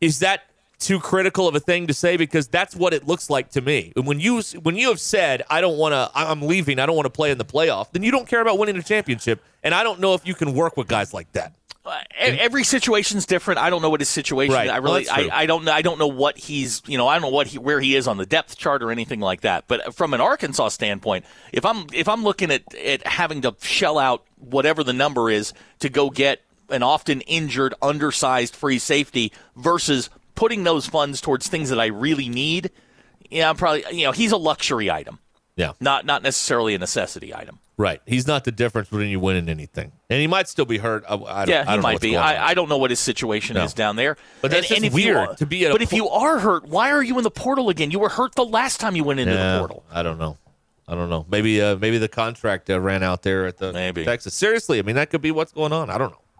S3: is that too critical of a thing to say because that's what it looks like to me. And when you when you have said I don't want to I'm leaving, I don't want to play in the playoff, then you don't care about winning a championship and I don't know if you can work with guys like that.
S4: Uh, e- every situation's different. I don't know what his situation.
S3: Right.
S4: I
S3: Well,
S4: really,
S3: that's true.
S4: I, I don't know. I don't know what he's, you know, I don't know what he, where he is on the depth chart or anything like that. But uh, from an Arkansas standpoint, if I'm if I'm looking at at having to shell out whatever the number is to go get an often injured, undersized free safety versus putting those funds towards things that I really need, yeah, I'm probably, you know, he's a luxury item,
S3: Yeah.
S4: not not necessarily a necessity item.
S3: Right. He's not the difference between you winning anything. And he might still be hurt. I, I don't, I
S4: Yeah,
S3: don't
S4: he
S3: know
S4: might
S3: what's
S4: be.
S3: going on.
S4: I, I don't know what his situation
S3: No.
S4: is down there.
S3: But that's
S4: and, and
S3: just
S4: if you
S3: weird
S4: are-
S3: to be at a
S4: But if
S3: po-
S4: you are hurt, why are you in the portal again? You were hurt the last time you went into
S3: Yeah,
S4: the portal.
S3: I don't know. I don't know. Maybe uh, maybe the contract uh, ran out there at the
S4: Maybe.
S3: Texas. Seriously, I mean that could be what's going on. I don't know.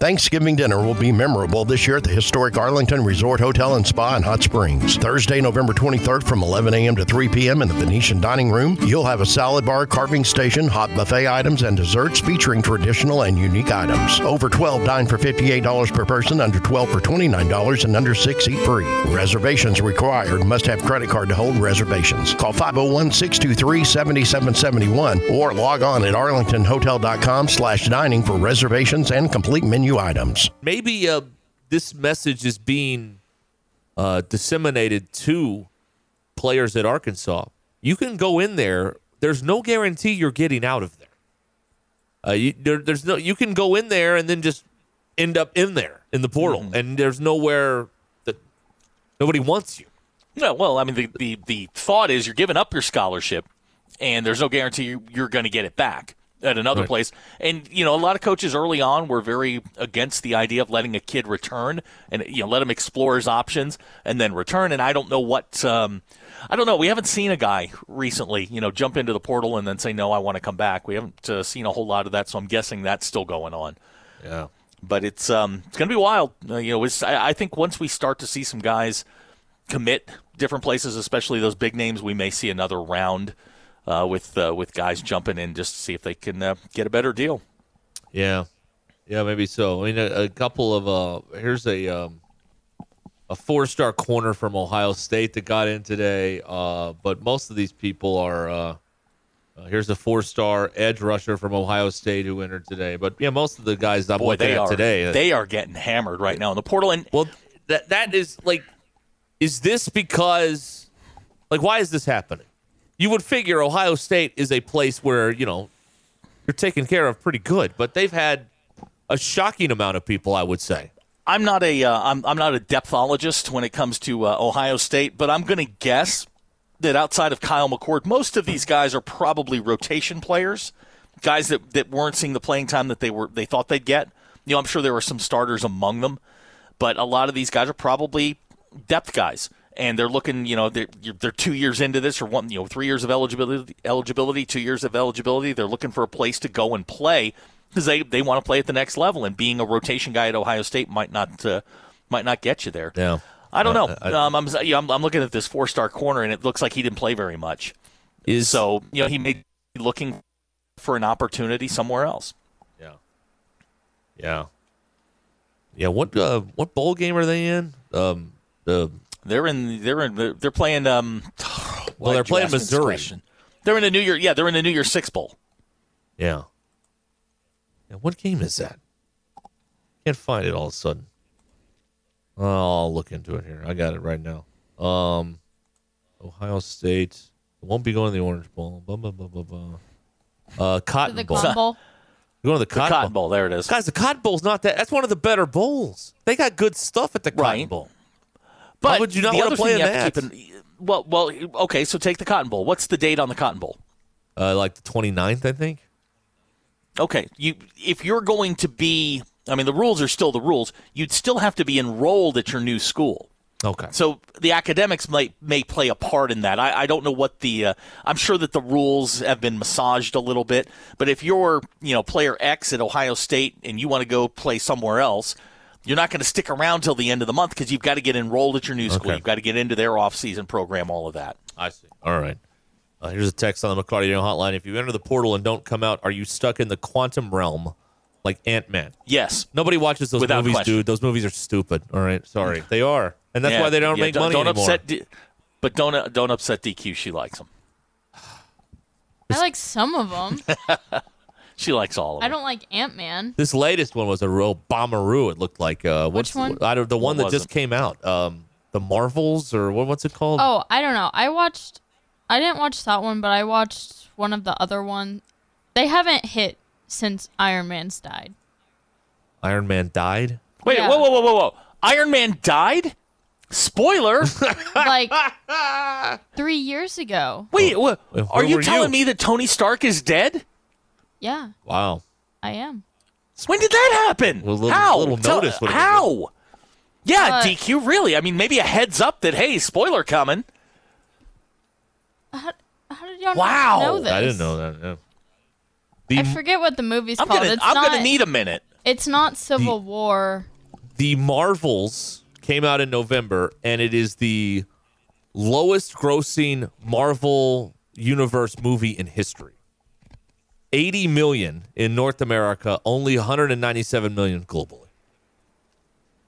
S7: Thanksgiving dinner will be memorable this year at the historic Arlington Resort Hotel and Spa in Hot Springs. Thursday, November 23rd from 11 a.m. to 3 p.m. in the Venetian Dining Room, you'll have a salad bar, carving station, hot buffet items, and desserts featuring traditional and unique items. Over 12 dine for $58 per person, under 12 for $29, and under 6 eat free. Reservations required. Must have credit card to hold reservations. Call 501-623-7771 or log on at arlingtonhotel.com slash dining for reservations and complete menu items.
S3: Maybe uh, this message is being uh, disseminated to players at Arkansas. You can go in there. There's no guarantee you're getting out of there. Uh, you, there there's no. You can go in there and then just end up in there in the portal,
S4: Mm-hmm.
S3: and there's nowhere that nobody wants you.
S4: No, well, I mean, the, the, the thought is you're giving up your scholarship, and there's no guarantee you- you're going to get it back at another place. And, you know, a lot of coaches early on were very against the idea of letting a kid return and, you know, let him explore his options and then return. And I don't know what, um, I don't know. We haven't seen a guy recently, you know, jump into the portal and then say, no, I want to come back. We haven't uh, seen a whole lot of that, so I'm guessing that's still going on but it's um it's gonna be wild. Uh, you know, it's, I, I think once we start to see some guys commit different places, especially those big names, we may see another round uh, with uh, with guys jumping in just to see if they can uh, get a better deal.
S3: Yeah, yeah, maybe so. I mean, a, a couple of uh, here's a um, a four star corner from Ohio State that got in today, uh, but most of these people are. Uh, uh, here's a four star edge rusher from Ohio State who entered today, but yeah, most of the guys I'm
S4: Boy,
S3: looking
S4: they
S3: at
S4: are
S3: today. uh,
S4: they are getting hammered right now in the portal. And
S3: well, that that is like, is this because, like, why is this happening? You would figure Ohio State is a place where you know you're taken care of pretty good, but they've had a shocking amount of people. I would say.
S4: I'm not a uh, I'm I'm not a depthologist when it comes to uh, Ohio State, but I'm going to guess that outside of Kyle McCord, most of these guys are probably rotation players, guys that, that weren't seeing the playing time that they were they thought they'd get. You know, I'm sure there were some starters among them, but a lot of these guys are probably depth guys, and they're looking. You know, they're you're- they're two years into this or one, you know, three years of eligibility, eligibility, two years of eligibility. They're looking for a place to go and play because they they want to play at the next level. And being a rotation guy at Ohio State might not uh, might not get you there.
S3: Yeah.
S4: I
S3: Uh,
S4: don't know. um, I'm, yeah, I'm I'm looking at this four star corner, and it looks like he didn't play very much.
S3: Is
S4: So you know he may be looking for an opportunity somewhere else.
S3: Yeah. Yeah. Yeah. What uh, what bowl game are they in? Um, the
S4: They're in they're in they're playing um.
S3: well, they're
S4: why'd you
S3: playing
S4: ask me this
S3: Missouri.
S4: question? They're in a New Year. Yeah, they're in a New Year Six bowl.
S3: Yeah. Yeah. What game is that? Can't find it all of a sudden. Oh, I'll look into it here. I got it right now. Um, Ohio State won't be going to the Orange Bowl. Blah, blah, blah, blah, blah. Uh, Cotton
S5: the
S3: Bowl.
S5: Cotton Bowl.
S3: Going to the
S4: The
S3: Cotton,
S4: Cotton Bowl. There it is.
S3: Guys, the Cotton Bowl's not that. That's one of the better bowls. They got good stuff at the Cotton
S4: Right.
S3: Bowl.
S4: But
S3: would you not
S4: the
S3: wanna
S4: other
S3: play
S4: thing
S3: in
S4: you have to
S3: that?
S4: keep in- well, well, okay. So take the Cotton Bowl. What's the date on the Cotton Bowl?
S3: Uh, like the 29th, I think.
S4: Okay, you if you're going to be, I mean, the rules are still the rules. You'd still have to be enrolled at your new school.
S3: Okay.
S4: So the academics might may play a part in that. I, I don't know what the. Uh, I'm sure that the rules have been massaged a little bit. But if you're you know player X at Ohio State and you want to go play somewhere else, you're not going to stick around till the end of the month because you've got to get enrolled at your new school.
S3: Okay.
S4: You've got to get into their off-season program, all of that.
S3: I see. All right. Uh, here's a text on the McCarty Radio hotline. If you enter the portal and don't come out, are you stuck in the quantum realm like Ant Man?
S4: Yes.
S3: Nobody watches those
S4: Without
S3: movies,
S4: question.
S3: dude. Those movies are stupid. All right. Sorry. They are. And that's
S4: Yeah,
S3: why they don't
S4: yeah,
S3: make money
S4: Don't
S3: anymore.
S4: upset, D- but don't uh, don't upset DQ. She likes them.
S5: I like some of them.
S4: She likes all of them.
S5: I don't like Ant Man.
S3: This latest one was a real bomberoo, it looked like. Uh, what's,
S5: Which one?
S3: I don't, the one
S4: What
S3: that
S4: was
S3: just
S4: it?
S3: came out. Um, the Marvels or what, what's it called?
S5: Oh, I don't know. I watched. I didn't watch that one, but I watched one of the other one. They haven't hit since Iron Man's died.
S3: Iron Man died.
S4: Wait,
S5: Yeah.
S4: whoa, whoa, whoa, whoa, whoa! Iron Man died. Spoiler.
S5: Like three years ago.
S4: Wait, wha-
S3: where
S4: are you
S3: were
S4: telling
S3: you?
S4: me that Tony Stark is dead?
S5: Yeah,
S3: Wow.
S5: I am.
S4: When did that happen?
S3: Well, little-
S4: how?
S3: little
S4: Tell-
S3: notice would've been
S4: how? Yeah,
S5: But-
S4: DQ. Really? I mean, maybe a heads up that hey, spoiler coming.
S5: How did y'all
S4: Wow.
S5: know this?
S3: I didn't know that. Yeah. The
S5: I forget what the movie's
S4: I'm
S5: called.
S4: gonna
S5: it's
S4: I'm
S5: not,
S4: gonna need a minute.
S5: It's not Civil War.
S3: the Marvels came out in November, and it is the lowest grossing Marvel Universe movie in history. 80 million in North America, only 197 million globally.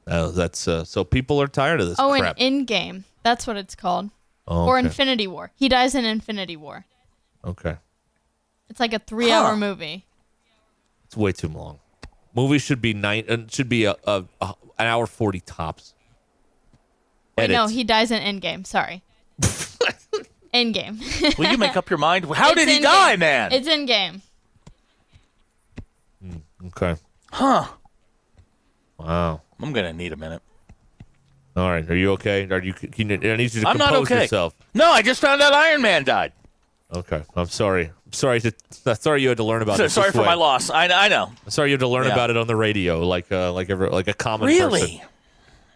S3: Oh, that's uh, so people are tired of this
S5: Oh,
S3: crap.
S5: in Endgame. That's what it's called.
S3: oh,
S5: Or
S3: okay.
S5: Infinity War. He dies in Infinity War.
S3: okay,
S5: It's like a three-hour movie.
S3: it's way too long. Movies should be nine, uh, should be a, a, a- an hour 40 tops.
S5: Wait, no,
S3: Edits.
S5: he dies in Endgame. Sorry. Endgame.
S4: Will you make up your mind? How
S5: It's
S4: did he
S5: Endgame.
S4: die, man?
S5: It's Endgame.
S3: okay,
S4: huh?
S3: wow.
S4: I'm gonna need a minute.
S3: All right, are you okay? Are you? Can you I need you to
S4: I'm
S3: compose
S4: not okay.
S3: yourself.
S4: No, I just found out Iron Man died.
S3: Okay, I'm sorry. I'm sorry to. I'm sorry you had to learn about
S4: So,
S3: it.
S4: sorry
S3: this
S4: for
S3: way.
S4: my loss. I, I know.
S3: I'm sorry you had to learn
S4: Yeah.
S3: about it on the radio, like uh, like every, like a common person.
S4: Really?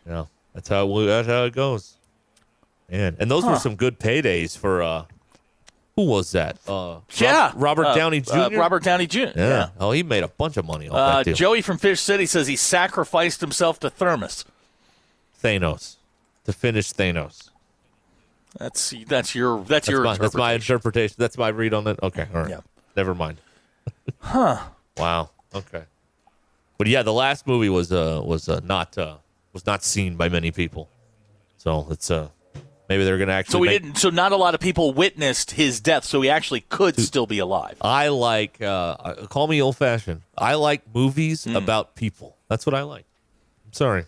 S3: Yeah, that's how it, that's how it goes. Man, and those were some good paydays for. uh Who was that? Uh,
S4: Yeah.
S3: Rob- Robert
S4: Uh,
S3: Downey Jr.
S4: uh, Robert Downey Jr.
S3: Yeah. Oh, he made a bunch of money off
S4: Uh,
S3: that deal.
S4: Joey from Fish City says he sacrificed himself to Thermos.
S3: Thanos to finish Thanos.
S4: That's that's your that's,
S3: That's
S4: your
S3: my, that's my
S4: interpretation.
S3: interpretation. That's my read on it. Okay. All right.
S4: Yeah.
S3: Never mind. huh. Wow. Okay. But yeah, the last movie was uh was uh, not uh, was not seen by many people. So it's uh maybe they're gonna actually.
S4: So we
S3: make-
S4: didn't. So not a lot of people witnessed his death. So he actually could still be alive.
S3: I like uh, uh, call me old fashioned. I like movies
S4: Hmm.
S3: about people. That's what I like. I'm sorry.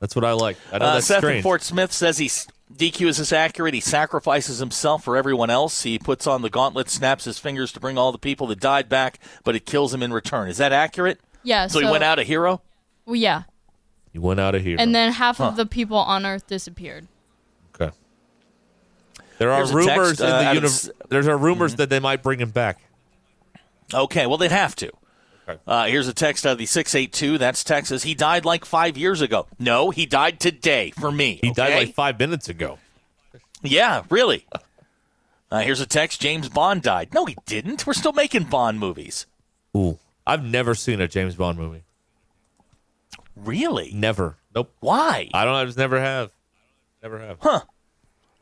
S3: That's what I like. I know
S4: Uh,
S3: Oh, that's
S4: Seth
S3: strange.
S4: from Fort Smith says he DQ is this accurate. He sacrifices himself for everyone else. He puts on the gauntlet, snaps his fingers to bring all the people that died back, but it kills him in return. Is that accurate?
S5: Yeah.
S4: So, he went out a hero.
S5: Well, yeah.
S3: He went out of here.
S5: And then half of the people on Earth disappeared.
S3: okay. There are
S4: Here's a
S3: rumors
S4: text,
S3: in
S4: uh,
S3: the
S4: out of
S3: uni-
S4: s- Mm-hmm.
S3: There are rumors that they might bring him back.
S4: Okay, well, they'd have to. Uh, here's a text out of the 682. That's Texas. He died like five years ago. No, he died today for me.
S3: He died
S4: okay?
S3: like five minutes ago.
S4: Yeah, really. Uh, here's a text. James Bond died. No, he didn't. We're still making Bond movies.
S3: Ooh, I've never seen a James Bond movie.
S4: Really?
S3: Never. Nope.
S4: Why?
S3: I don't. I just never have. Never have.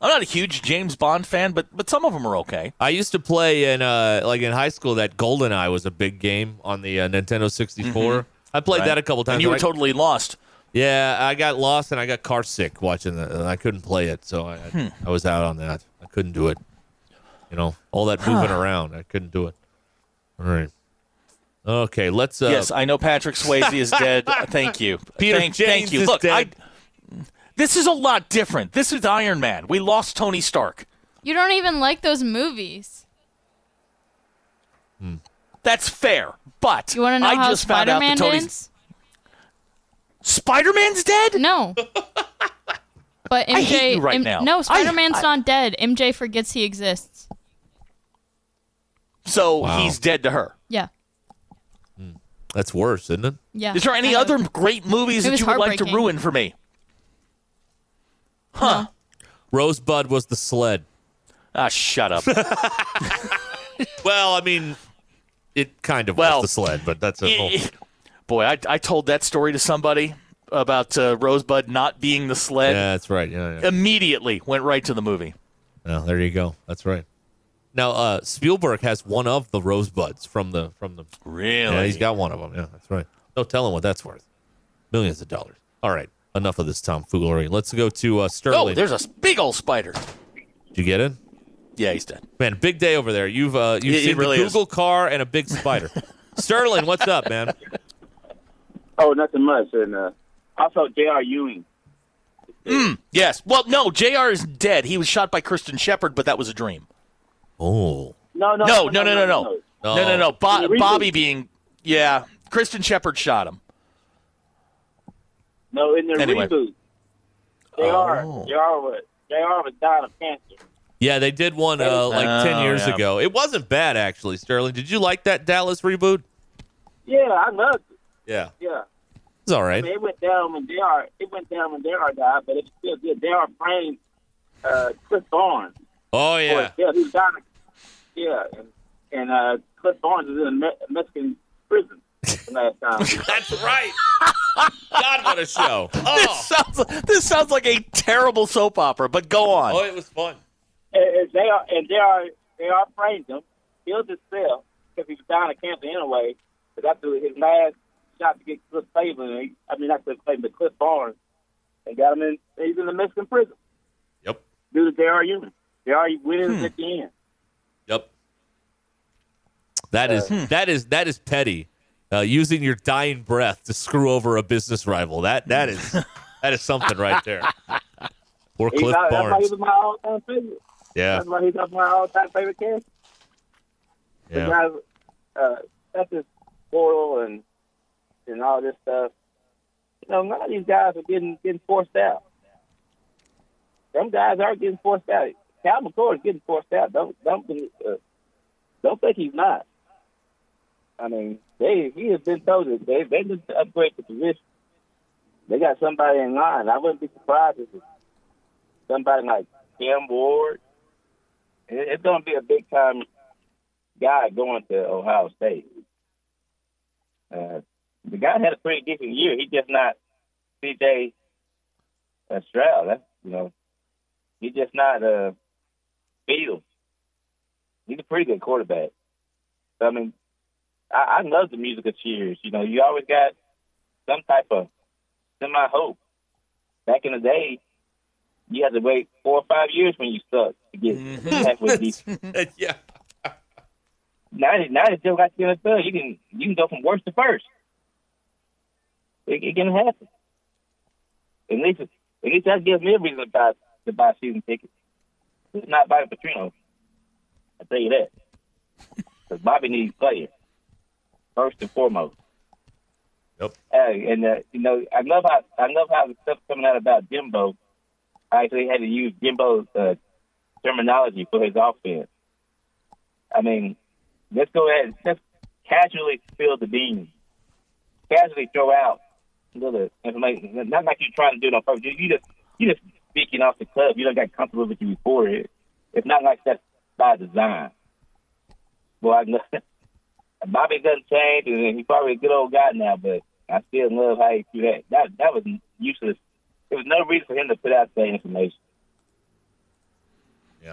S4: I'm not a huge James Bond fan, but but some of them are okay.
S3: I used to play in uh like in high school that GoldenEye was a big game on the uh, Nintendo 64. I played that a couple times.
S4: Mm-hmm. And you
S3: but
S4: were
S3: I-
S4: totally lost.
S3: yeah, I got lost and I got car sick watching that. and I couldn't play it, so I, I-
S4: Hmm.
S3: I was out on that. I couldn't do it. You know, all that moving around, I couldn't do it. All right. Okay, let's. Uh,
S4: yes, I know Patrick Swayze is dead. Thank you,
S3: Peter
S4: Thank,
S3: James
S4: thank you.
S3: is
S4: Look,
S3: dead.
S4: I- This is a lot different. This is Iron Man. We lost Tony Stark.
S5: You don't even like those movies.
S4: That's fair, but
S5: You want to know
S4: I
S5: how
S4: just found out that
S5: Spider-Man
S4: Tony's
S5: ends?
S4: Spider-Man's dead.
S5: No. But MJ,
S4: I hate you right
S5: M-
S4: now. I-
S5: no, Spider Man's
S4: I-
S5: not dead. MJ forgets he exists.
S4: So
S3: Wow.
S4: he's dead to her.
S5: Yeah,
S3: that's worse, isn't it?
S5: yeah.
S4: Is there any
S5: I know.
S4: other great movies
S5: It
S4: that
S5: was
S4: you would like to
S5: heartbreaking.
S4: ruin for me? Huh?
S3: Rosebud was the sled.
S4: Ah, shut up.
S3: Well, I mean, it kind of
S4: Well,
S3: was the sled, but that's a whole.
S4: Boy, I, I told that story to somebody about uh, Rosebud not being the sled.
S3: Yeah, that's right. Yeah, yeah.
S4: Immediately went right to the movie.
S3: Oh, there you go. That's right. Now uh, Spielberg has one of the rosebuds from the from the.
S4: Really?
S3: Yeah, he's got one of them. Yeah, that's right. No telling what that's worth. Millions of dollars. All right, enough of this tomfoolery. Let's go to uh,
S4: oh,
S3: Sterling.
S4: there's a big old spider.
S3: Did you get in?
S4: Yeah, he's dead.
S3: Man, big day over there. You've uh, you've
S4: It- it
S3: seen
S4: really
S3: the
S4: is.
S3: Google car and a big spider. Sterling, what's up, man?
S8: Oh, nothing much. And uh, also J.R. Ewing.
S4: Yes. Well, no, JR is dead. He was shot by Kristen Shepard, but that was a dream.
S3: Oh,
S8: No, no,
S4: No, no, no, no, no.
S3: no.
S4: No, no, no. Bo-
S8: Really?
S4: Bobby being. Yeah, Kristen Shepard shot him.
S8: No, in the
S4: Anyway. Oh.
S8: reboot, J.R. J.R. was J.R. was dying of cancer.
S3: Yeah, they did one uh, like ten
S4: Oh,
S3: years
S4: yeah.
S3: ago. It wasn't bad actually. Sterling, did you like that Dallas reboot?
S8: Yeah, I loved it.
S3: Yeah,
S8: Yeah,
S3: it's all
S8: I
S3: right.
S8: mean, it went down when J.R. It went down when J.R. died, but it's still good. J.R. framed uh, Chris Barnes.
S3: Oh yeah.
S8: Or, yeah, he was dying. Of, yeah, and, and uh, Chris Barnes is in a Me- Mexican prison the last time.
S3: That's right. God, what a show. Oh.
S4: This sounds this sounds like a terrible soap opera, but go on.
S3: Oh, it was fun.
S8: and, and they are and they are they are framed him, killed himself because he was dying of cancer anyway. But that's his last shot to get Cliff Clavin. and he- I mean, not Cliff Clavin, but Cliff Barnes, and got him in. He's in the Mexican prison
S3: Yep.
S8: due to J.R. Ewing. J.R. Ewing
S3: Hmm.
S8: is at the end.
S3: Yep. That is that is that is petty. Uh, using your dying breath to screw over a business rival. That that is that is something right there. Or
S8: He's
S3: Cliff
S8: not, that's why he
S3: Barnes.
S8: was my all-time favorite.
S3: Yeah.
S8: That's why he's not my all-time favorite character. The
S3: yeah.
S8: guy, uh, that's his portal and and all this stuff. You know, none of these guys are getting getting forced out. Some guys are getting forced out. Cal McCord is getting forced out. Don't don't be- uh, don't think he's not. I mean, they he has been told that they they need to upgrade the position. They got somebody in line. I wouldn't be surprised if it's somebody like Cam Ward. It- It's going to be a big time guy going to Ohio State. Uh, the guy had a pretty decent year. He's just not CJ uh, Stroud. That's, you know, he's just not uh, Fields. He's a pretty good quarterback. So, I mean, I, I love the musical cheers. You know, you always got some type of semi hope. Back in the day, you had to wait four or five years when you sucked to get halfway decent.
S3: yeah.
S8: Now, it- now it's just like the NFL. You can you can go from worst to first. It, it can happen. At least at least that gives me a reason to buy to buy season tickets. It's not Bobby Petrino. I tell you that. Because Bobby needs players first and foremost.
S3: Yep.
S8: Uh, and uh, you know, I love how I love how the stuff coming out about Jimbo. I actually had to use Jimbo's uh, terminology for his offense. I mean, let's go ahead and just casually spill the beans, casually throw out little information. Not like you're trying to do it on purpose. You, you just you just speaking off the cuff. You don't got comfortable with your forehead. It's not like that's by design. Boy, I know Bobby doesn't change, and he's probably a good old guy now. But I still love how he threw that. That that was useless. There was no reason for him to put out that information.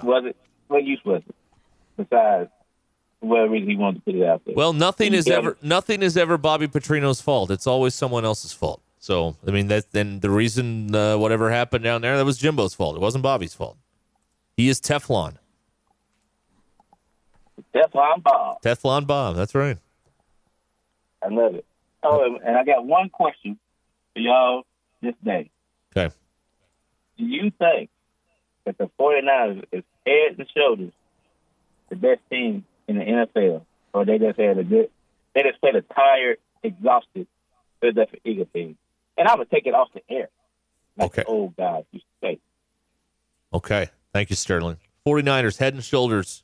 S8: Was it? What use was it? Besides, what reason he wanted to put it out there?
S3: Well, nothing is
S8: Yeah.
S3: ever nothing is ever Bobby Petrino's fault. It's always someone else's fault. So I mean that then the reason uh, whatever happened down there that was Jimbo's fault. It wasn't Bobby's fault. He is Teflon.
S8: Teflon Bob.
S3: Teflon Bob. That's right.
S8: I love it. Oh, and- and I got one question for y'all this day.
S3: Okay.
S8: Do you think that the 49ers is head and shoulders the best team in the NFL, or they just had a good, they just played a tired, exhausted Philadelphia Eagle team? And I would take it off the air, like
S3: Okay.
S8: the old guys used to say.
S3: Okay. Thank you, Sterling. 49ers, head and shoulders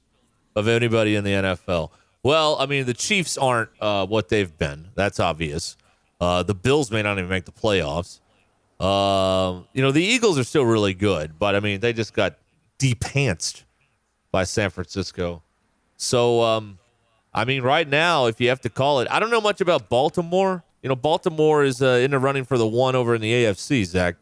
S3: of anybody in the NFL. Well, I mean, the Chiefs aren't uh, what they've been. That's obvious. Uh, the Bills may not even make the playoffs. Um, you know, the Eagles are still really good, but I mean, they just got depantsed by San Francisco. So, um, I mean, right now, if you have to call it, I don't know much about Baltimore. You know, Baltimore is uh, in the running for the one over in the AFC, Zach.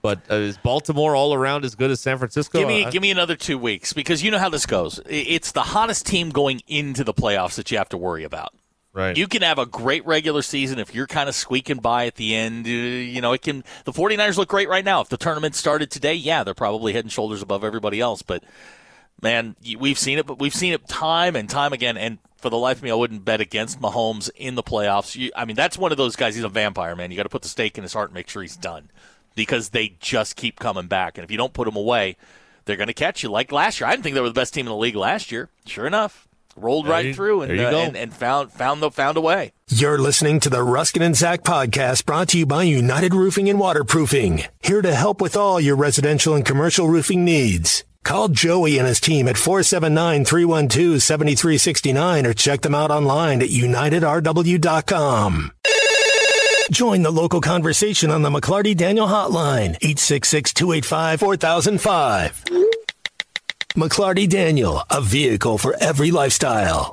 S3: But uh, is Baltimore all around as good as San Francisco? Uh,
S4: Give me,
S3: I-
S4: give me another two weeks because you know how this goes. I- It's the hottest team going into the playoffs that you have to worry about.
S3: right.
S4: You can have a great regular season if you're kind of squeaking by at the end. uh, You know, it can. The 49ers look great right now. If the tournament started today, yeah, they're probably head and shoulders above everybody else. But man, y- we've seen it. But we've seen it time and time again. And for the life of me, I wouldn't bet against Mahomes in the playoffs. You, I mean, that's one of those guys. He's a vampire, man. You got to put the stake in his heart and make sure he's done because they just keep coming back. And if you don't put them away, they're going to catch you. Like last year, I didn't think they were the best team in the league last year. Sure enough, rolled
S3: There
S4: right
S3: you-
S4: through and,
S3: there you
S4: uh,
S3: go.
S4: and and found found the found a way.
S2: You're listening to the Ruskin and Zach podcast brought to you by United Roofing and Waterproofing, here to help with all your residential and commercial roofing needs. Call Joey and his team at 479-312-7369 or check them out online at unitedrw.com. Join the local conversation on the McClarty Daniel Hotline, 866-285-4005. McClarty Daniel, a vehicle for every lifestyle.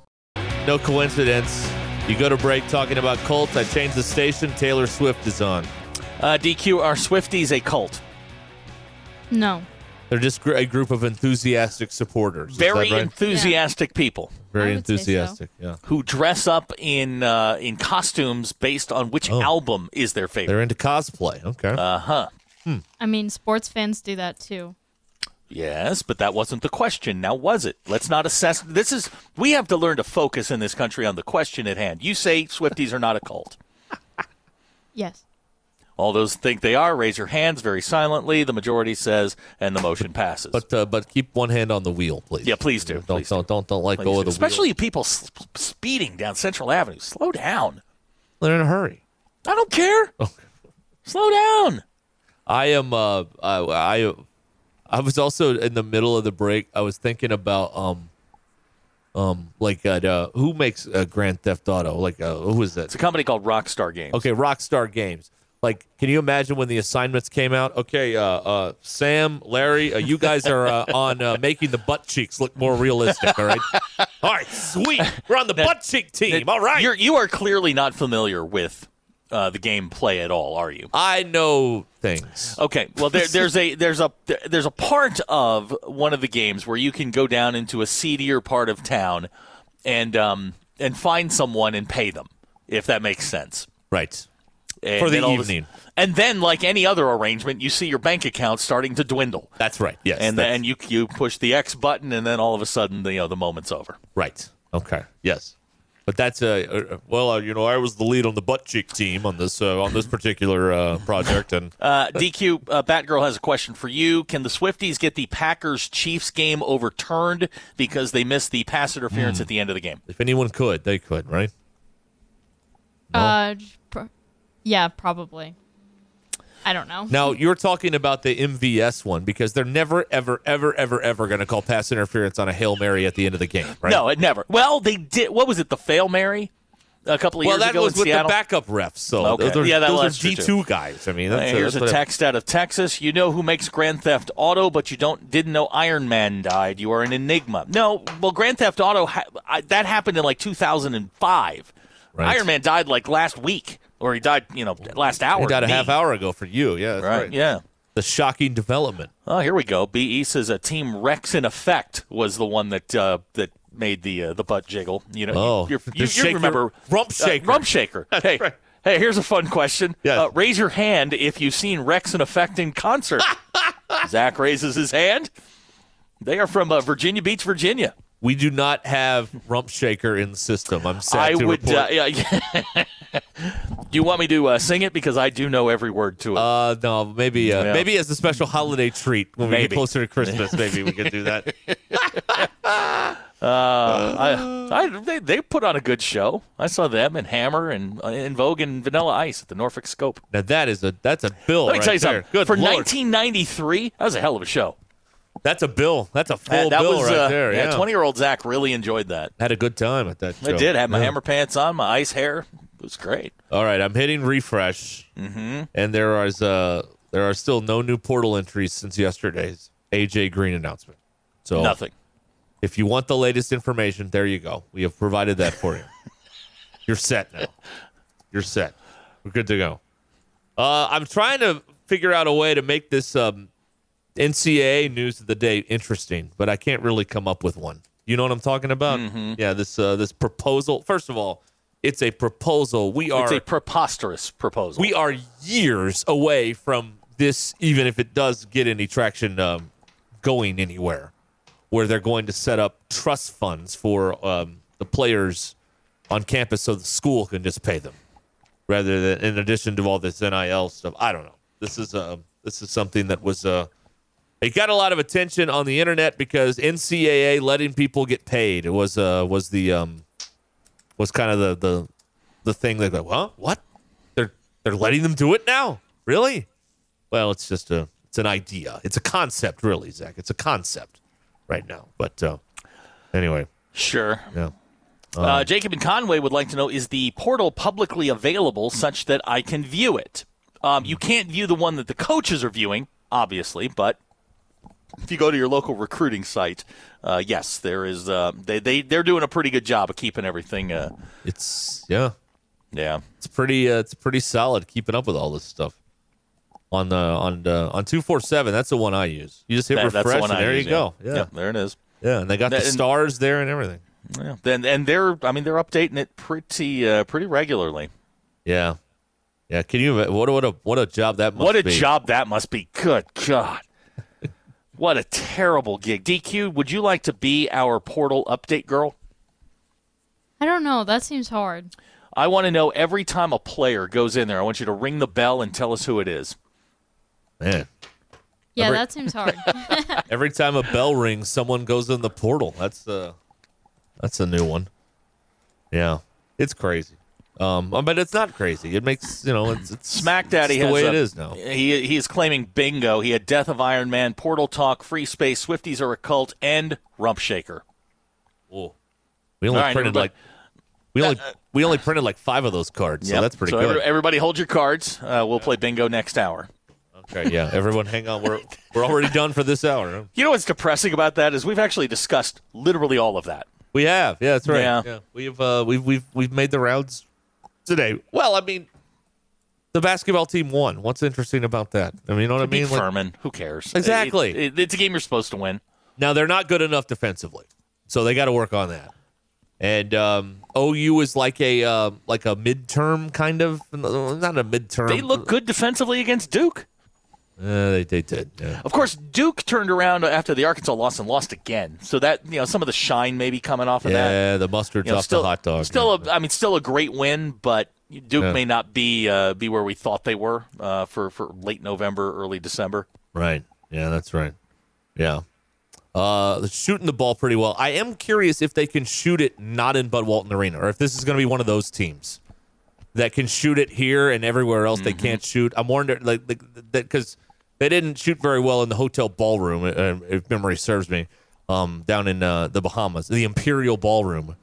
S3: No coincidence. You go to break talking about Colts. I change the station. Taylor Swift is on.
S4: Uh, DQ, are Swifties a cult?
S5: No.
S3: They're just gr- a group of enthusiastic supporters. Is that
S4: Very
S3: right?
S4: enthusiastic people
S3: very
S5: I would say so.
S3: enthusiastic. Yeah,
S4: who dress up in uh, in costumes based on which
S3: Oh.
S4: album is their favorite.
S3: they're into cosplay. Okay.
S4: Uh huh.
S5: I mean, sports fans do that too.
S4: Yes, but that wasn't the question. Now, was it? Let's not assess. This is we have to learn to focus in this country on the question at hand. You say Swifties are not a cult.
S5: Yes.
S4: All those think they are. Raise your hands very silently. The majority says, and the motion passes.
S3: but uh, but keep one hand on the wheel, please.
S4: Yeah, please do.
S3: Don't
S4: Please do.
S3: don't, don't don't let go of the
S4: especially people s- speeding down Central Avenue. Slow down.
S3: wheel. They're in a hurry.
S4: I don't care. Slow down.
S3: I am. Uh, I, I I was also in the middle of the break. I was thinking about um um like uh, the- who makes uh, Grand Theft Auto? Like uh, who is that?
S4: It's a company called Rockstar Games.
S3: Okay, Rockstar Games. Like, can you imagine when the assignments came out? Okay, uh, uh, Sam, Larry, uh, you guys are uh, on uh, making the butt cheeks look more realistic. All right, all right, sweet. We're on the butt cheek team. All right,
S4: You're, you are clearly not familiar with uh, the gameplay at all, are you?
S3: I know things.
S4: Okay. Well, there, there's a there's a there's a part of one of the games where you can go down into a seedier part of town, and um and find someone and pay them if that makes sense.
S3: Right.
S4: And
S3: For the
S4: then all of a-
S3: evening.
S4: and then, like any other arrangement, you see your bank account starting to dwindle.
S3: That's right. Yes.
S4: and
S3: that's-
S4: then you you push the X button, and then all of a sudden, you know, the moment's over.
S3: Right. Okay. Yes. But that's a uh, well, uh, you know, I was the lead on the butt cheek team on this uh, on this particular uh, project, and
S4: Uh, DQ, uh, Batgirl has a question for you. Can the Swifties get the Packers Chiefs game overturned because they missed the pass interference
S3: Hmm.
S4: at the end of the game?
S3: if anyone could, they could, right?
S5: Uh, pro- yeah, probably. I don't know.
S3: Now you're talking about the MVS one because they're never, ever, ever, ever, ever going to call pass interference on a hail mary at the end of the game, right?
S4: No, it never. Well, they did. What was it? The fail Mary a couple of
S3: Well,
S4: years
S3: that
S4: ago
S3: was
S4: in
S3: with
S4: Seattle.
S3: the backup refs, so
S4: Okay.
S3: those are,
S4: Yeah, that
S3: those
S4: lasts
S3: are
S4: for
S3: D two guys. I mean, that's,
S4: Uh, here's
S3: that's
S4: a
S3: what I-
S4: text out of Texas. You know who makes Grand Theft Auto, but you don't didn't know Iron Man died. You are an enigma. No, well, Grand Theft Auto ha- I, that happened in like 2005.
S3: Right.
S4: Iron Man died like last week, or he died, you know, last hour.
S3: He died a
S4: Me.
S3: half hour ago for you. Yeah, that's
S4: right?
S3: right.
S4: Yeah.
S3: The shocking development.
S4: Oh, here we go. BE says a team Rex in effect was the one that uh, that made the uh, the butt jiggle. You know,
S3: Oh,
S4: you,
S3: the
S4: you, you
S3: shaker-
S4: remember
S3: rump
S4: uh,
S3: shaker.
S4: rump shaker. hey, hey, here's a fun question.
S3: Yes.
S4: Uh, raise your hand if you've seen Rex in effect in concert. Zach raises his hand. They are from uh, Virginia Beach, Virginia.
S3: We do not have rump shaker in the system. I'm sad
S4: I
S3: to
S4: would.
S3: report.
S4: Uh, yeah, do you want me to uh, sing it because I do know every word to it?
S3: Uh, no, maybe uh,
S4: Yeah.
S3: maybe as a special holiday treat when we get
S4: Maybe.
S3: closer to Christmas, maybe we could do that.
S4: Uh, I, I, they, they put on a good show. I saw them and Hammer and uh, in Vogue and Vanilla Ice at the Norfolk Scope.
S3: Now that is a that's a bill.
S4: Let me
S3: right
S4: tell you
S3: there.
S4: something.
S3: Good
S4: For
S3: Lord.
S4: 1993, that was a hell of a show.
S3: that's a bill. That's a full
S4: That- that
S3: bill
S4: was
S3: right
S4: uh,
S3: there. Yeah,
S4: 20 year old Zach really enjoyed that.
S3: had a good time at that.
S4: I
S3: show.
S4: did. Had my
S3: Yeah.
S4: hammer pants on, my ice hair. It was great.
S3: All right, I'm hitting refresh, mm-hmm. and there are uh, there are still no new portal entries since yesterday's AJ Green announcement. So
S4: Nothing.
S3: If you want the latest information, there you go. We have provided that for you. You're set now. You're set. We're good to go. Uh, I'm trying to figure out a way to make this um, NCAA news of the day interesting, but I can't really come up with one. You know what I'm talking about?
S4: Mm-hmm.
S3: Yeah. This uh, this proposal. First of all, it's a proposal. We are
S4: It's a preposterous proposal.
S3: we are years away from this, even if it does get any traction um, going anywhere, where they're going to set up trust funds for um, the players on campus so the school can just pay them rather than in addition to all this NIL stuff. I don't know. This is uh, this is something that was uh, it got a lot of attention on the internet because NCAA letting people get paid was uh, was the um, was kind of the the the thing that like, well, what? They're they're letting them do it now? Really? Well, it's just a it's an idea. It's a concept, really, Zach. It's a concept right now. But uh, anyway,
S4: sure.
S3: yeah.
S4: uh, Jacob and Conway would like to know is the portal publicly available such that I can view it? Um, you can't view the one that the coaches are viewing, obviously, but if you go to your local recruiting site, uh, yes, there is. Uh, they they they're doing a pretty good job of keeping everything. Uh,
S3: It's yeah.
S4: yeah,
S3: It's pretty uh, it's pretty solid keeping up with all this stuff. On the on the, on two four seven, that's the one I use. You just hit
S4: That-
S3: refresh,
S4: that's the one
S3: and
S4: I
S3: there
S4: use,
S3: you go. Yeah, yeah.
S4: Yep, there it is.
S3: and they got
S4: That-
S3: the
S4: and-
S3: stars there and everything.
S4: Yeah. Then and they're I mean they're updating it pretty uh, pretty regularly.
S3: Yeah, yeah. Can you what a- what a what a job that must
S4: what a
S3: be.
S4: job that must be. Good God. what a terrible gig. DQ, would you like to be our portal update girl?
S5: I don't know. That seems hard.
S4: I want to know every time a player goes in there, I want you to ring the bell and tell us who it is.
S3: man.
S5: Yeah,
S3: Every-
S5: that seems hard.
S3: Every time a bell rings, someone goes in the portal. That's uh that's a new one. Yeah, it's crazy. Um, but it's not crazy. It makes you know it's, it's
S4: Smack Daddy
S3: it's the
S4: has
S3: way
S4: a-
S3: it is now.
S4: He he is claiming bingo. He had Death of Iron Man, Portal Talk, Free Space, Swifties are a cult, and Rump Shaker.
S3: Whoa. We only
S4: All right,
S3: printed
S4: everybody. Uh,
S3: like we only We only printed like five of those cards, so
S4: Yep.
S3: that's pretty
S4: so
S3: good.
S4: every- everybody hold your cards. Uh, we'll play bingo next hour.
S3: okay, yeah. Everyone, hang on. We're we're already done for this hour.
S4: You know what's depressing about that is we've actually discussed literally all of that.
S3: We have, yeah, that's right.
S4: Yeah.
S3: we've uh, we've we've we've made the rounds today. Well, I mean, the basketball team won. What's interesting about that? I mean, you know what I
S4: They beat
S3: mean? Like-
S4: Furman. Who cares?
S3: Exactly.
S4: It- it- it's a game you're supposed to win.
S3: Now they're not good enough defensively, so they got to work on that. And um, OU is like a uh, like a midterm kind of not a midterm.
S4: They look good defensively against Duke.
S3: Uh, they they did. yeah.
S4: Of course, Duke turned around after the Arkansas loss and lost again. So that you know some of the shine may be coming off of that.
S3: Yeah, the mustard's
S4: You know,
S3: off
S4: still,
S3: the hot dog.
S4: Still, a, I mean, still a great win, but Duke
S3: Yeah.
S4: may not be uh, be where we thought they were uh, for for late November, early December.
S3: Right. Yeah, that's right. Yeah. Uh, they're shooting the ball pretty well. I am curious if they can shoot it not in Bud Walton Arena, or if this is going to be one of those teams that can shoot it here and everywhere else they can't shoot. I'm wondering, like, like that because they didn't shoot very well in the hotel ballroom, uh, if memory serves me, um, down in uh, the Bahamas, the Imperial Ballroom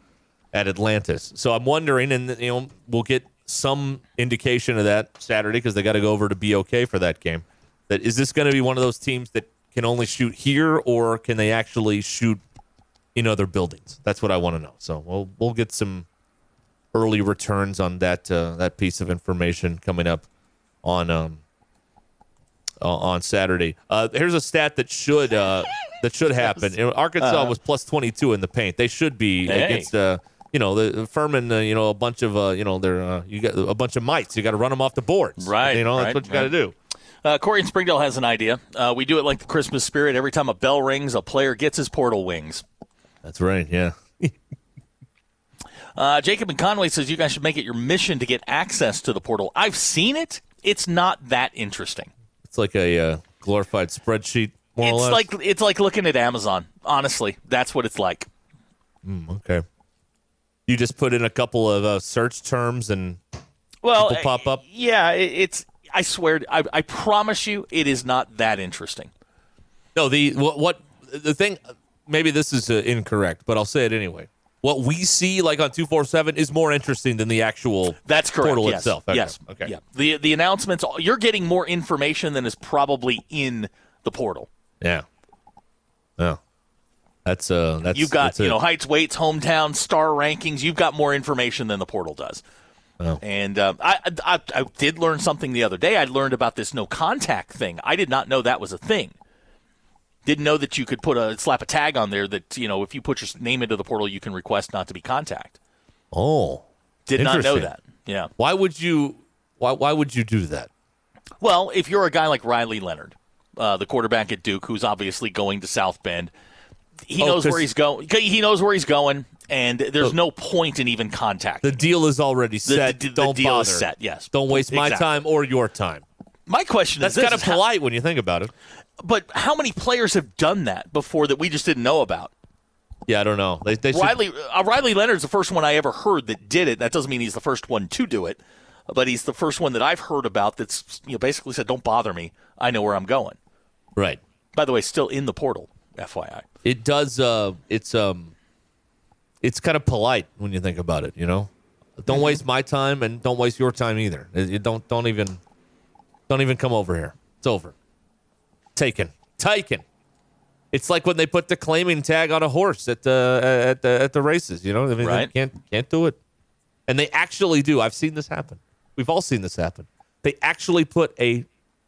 S3: at Atlantis. So I'm wondering, and you know, we'll get some indication of that Saturday because they got to go over to BOK for that game. That is this going to be one of those teams that can only shoot here, or can they actually shoot in other buildings? That's what I want to know. So we'll we'll get some early returns on that uh, that piece of information coming up on um uh, on Saturday. Uh, here's a stat that should uh, that should happen. You know,
S4: Uh-huh.
S3: Arkansas was plus 22 in the paint. They should be
S4: Hey.
S3: against uh, you know the the Furman. Uh, you know a bunch of uh, you know they're uh, you got a bunch of mites. You got to run them off the boards.
S4: Right,
S3: You know
S4: right,
S3: that's what you got to
S4: right.
S3: do.
S4: Uh, Corey in Springdale has an idea. Uh, we do it like the Christmas spirit. Every time a bell rings, a player gets his portal wings.
S3: That's right. Yeah.
S4: Uh, Jacob and Conway says you guys should make it your mission to get access to the portal. I've seen it. It's not that interesting.
S3: It's like a uh, glorified spreadsheet. More or
S4: It's
S3: less.
S4: like it's like looking at Amazon. Honestly, that's what it's like.
S3: okay. You just put in a couple of uh, search terms and
S4: Well,
S3: People pop up?
S4: Yeah, it, it's. I swear, I, I promise you, it is not that interesting.
S3: No, the what, what the thing. Maybe this is uh, incorrect, but I'll say it anyway. What we see, like on two four seven, is more interesting than the actual
S4: That's correct.
S3: portal
S4: yes.
S3: itself. Okay.
S4: Yes.
S3: Okay.
S4: Yeah. The the announcements. You're getting more information than is probably in the portal.
S3: Yeah. Yeah. That's uh. That's
S4: You've got
S3: that's
S4: you
S3: it.
S4: know heights, weights, hometown, star rankings. You've got more information than the portal does.
S3: Oh.
S4: And um, I, I I did learn something the other day. I learned about this no contact thing. I did not know that was a thing. Didn't know that you could put a slap a tag on there that you know if you put your name into the portal, you can request not to be contact.
S3: Oh.
S4: Did not know
S3: Interesting.
S4: that. Yeah.
S3: Why would you? Why Why would you do that?
S4: Well, if you're a guy like Riley Leonard, uh, the quarterback at Duke, who's obviously going to South Bend, he
S3: Oh,
S4: knows
S3: 'cause- Oh.
S4: where he's going. He knows where he's going, and there's no point in even contact.
S3: The deal is already set.
S4: the- the
S3: Don't
S4: deal
S3: bother.
S4: is set, yes.
S3: Don't waste my
S4: Exactly.
S3: time or your time.
S4: My question
S3: That's
S4: is this,
S3: kind of
S4: is how-
S3: polite when you think about it.
S4: but how many players have done that before that we just didn't know about?
S3: Yeah, I don't know. They, they should-
S4: Riley uh, Riley Leonard's the first one I ever heard that did it. That doesn't mean he's the first one to do it, but he's the first one that I've heard about that's you know, basically said, "Don't bother me. I know where I'm going."
S3: right.
S4: By the way, still in the portal, FYI.
S3: it does uh it's um it's kind of polite when you think about it you know
S4: Mm-hmm.
S3: don't waste my time and don't waste your time either Uh, you don't don't even don't even come over here it's over taken taken it's like when they put the claiming tag on a horse at the uh, at the at the races you know i mean
S4: Right.
S3: they can't can't do it and they actually do i've seen this happen we've all seen this happen they actually put a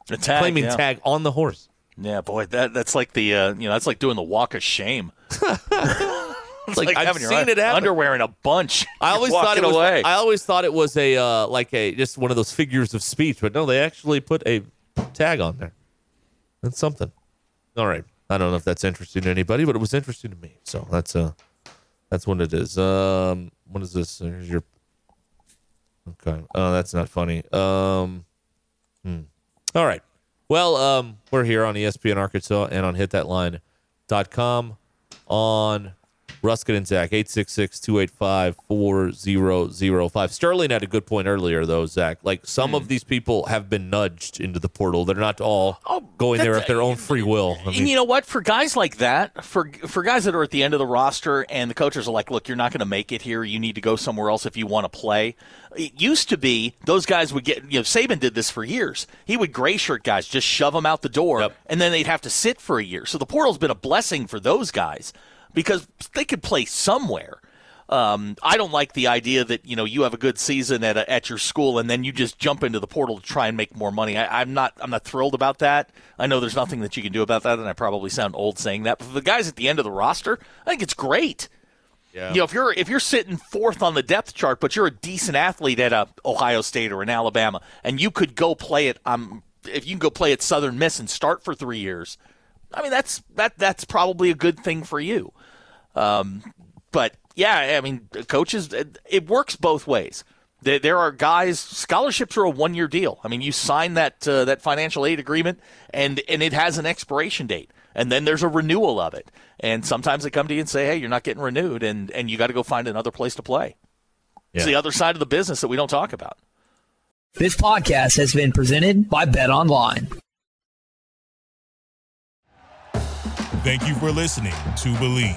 S4: The tag,
S3: claiming
S4: yeah.
S3: tag on the horse
S4: Yeah, boy, that that's like the uh, you know that's like doing the walk of shame.
S3: it's like, i've
S4: having your
S3: seen
S4: un-
S3: it happen
S4: Underwear in a bunch.
S3: I
S4: You're
S3: always thought it
S4: walking
S3: was.
S4: away.
S3: I always thought it was a uh, like a just one of those figures of speech, but no, they actually put a tag on there. That's something. All right, I don't know if that's interesting to anybody, but it was interesting to me. So that's uh, that's what it is. Um, what is this? Here's your. Okay. Oh, that's not funny. Um. hmm. All right. Well, um, we're here on ESPN Arkansas and on hitthatline.com on Ruskin and Zach, 866 285 4005. Sterling had a good point earlier, though, Zach. Like some of these people have been nudged into the portal. They're not all going there
S4: that's-
S3: of their own free will. I mean,
S4: And you know what? For guys like that, for for guys that are at the end of the roster, and the coaches are like, "Look, you're not going to make it here. You need to go somewhere else if you want to play." It used to be those guys would get. You know, Saban did this for years. He would gray shirt guys, just shove them out the door, and then they'd have to sit for a year. So the portal's been a blessing for those guys because they could play somewhere. Um, I don't like the idea that you know you have a good season at, a, at your school and then you just jump into the portal to try and make more money. I, I'm not I'm not thrilled about that. I know there's nothing that you can do about that, and I probably sound old saying that. But for the guys at the end of the roster, I think it's great.
S3: Yeah.
S4: You know, if you're if you're sitting fourth on the depth chart, but you're a decent athlete at a Ohio State or an Alabama, and you could go play at um, if you can go play at Southern Miss and start for three years, I mean that's that that's probably a good thing for you. Um, but yeah, I mean, coaches, it, it works both ways. There, there are guys. Scholarships are a one-year deal. I mean, you sign that uh, that financial aid agreement, and and it has an expiration date, and then there's a renewal of it. And sometimes they come to you and say, "Hey, you're not getting renewed," and and you got to go find another place to play. It's the other side of the business that we don't talk about.
S9: This podcast has been presented by Bet Online.
S10: Thank you for listening to Believe.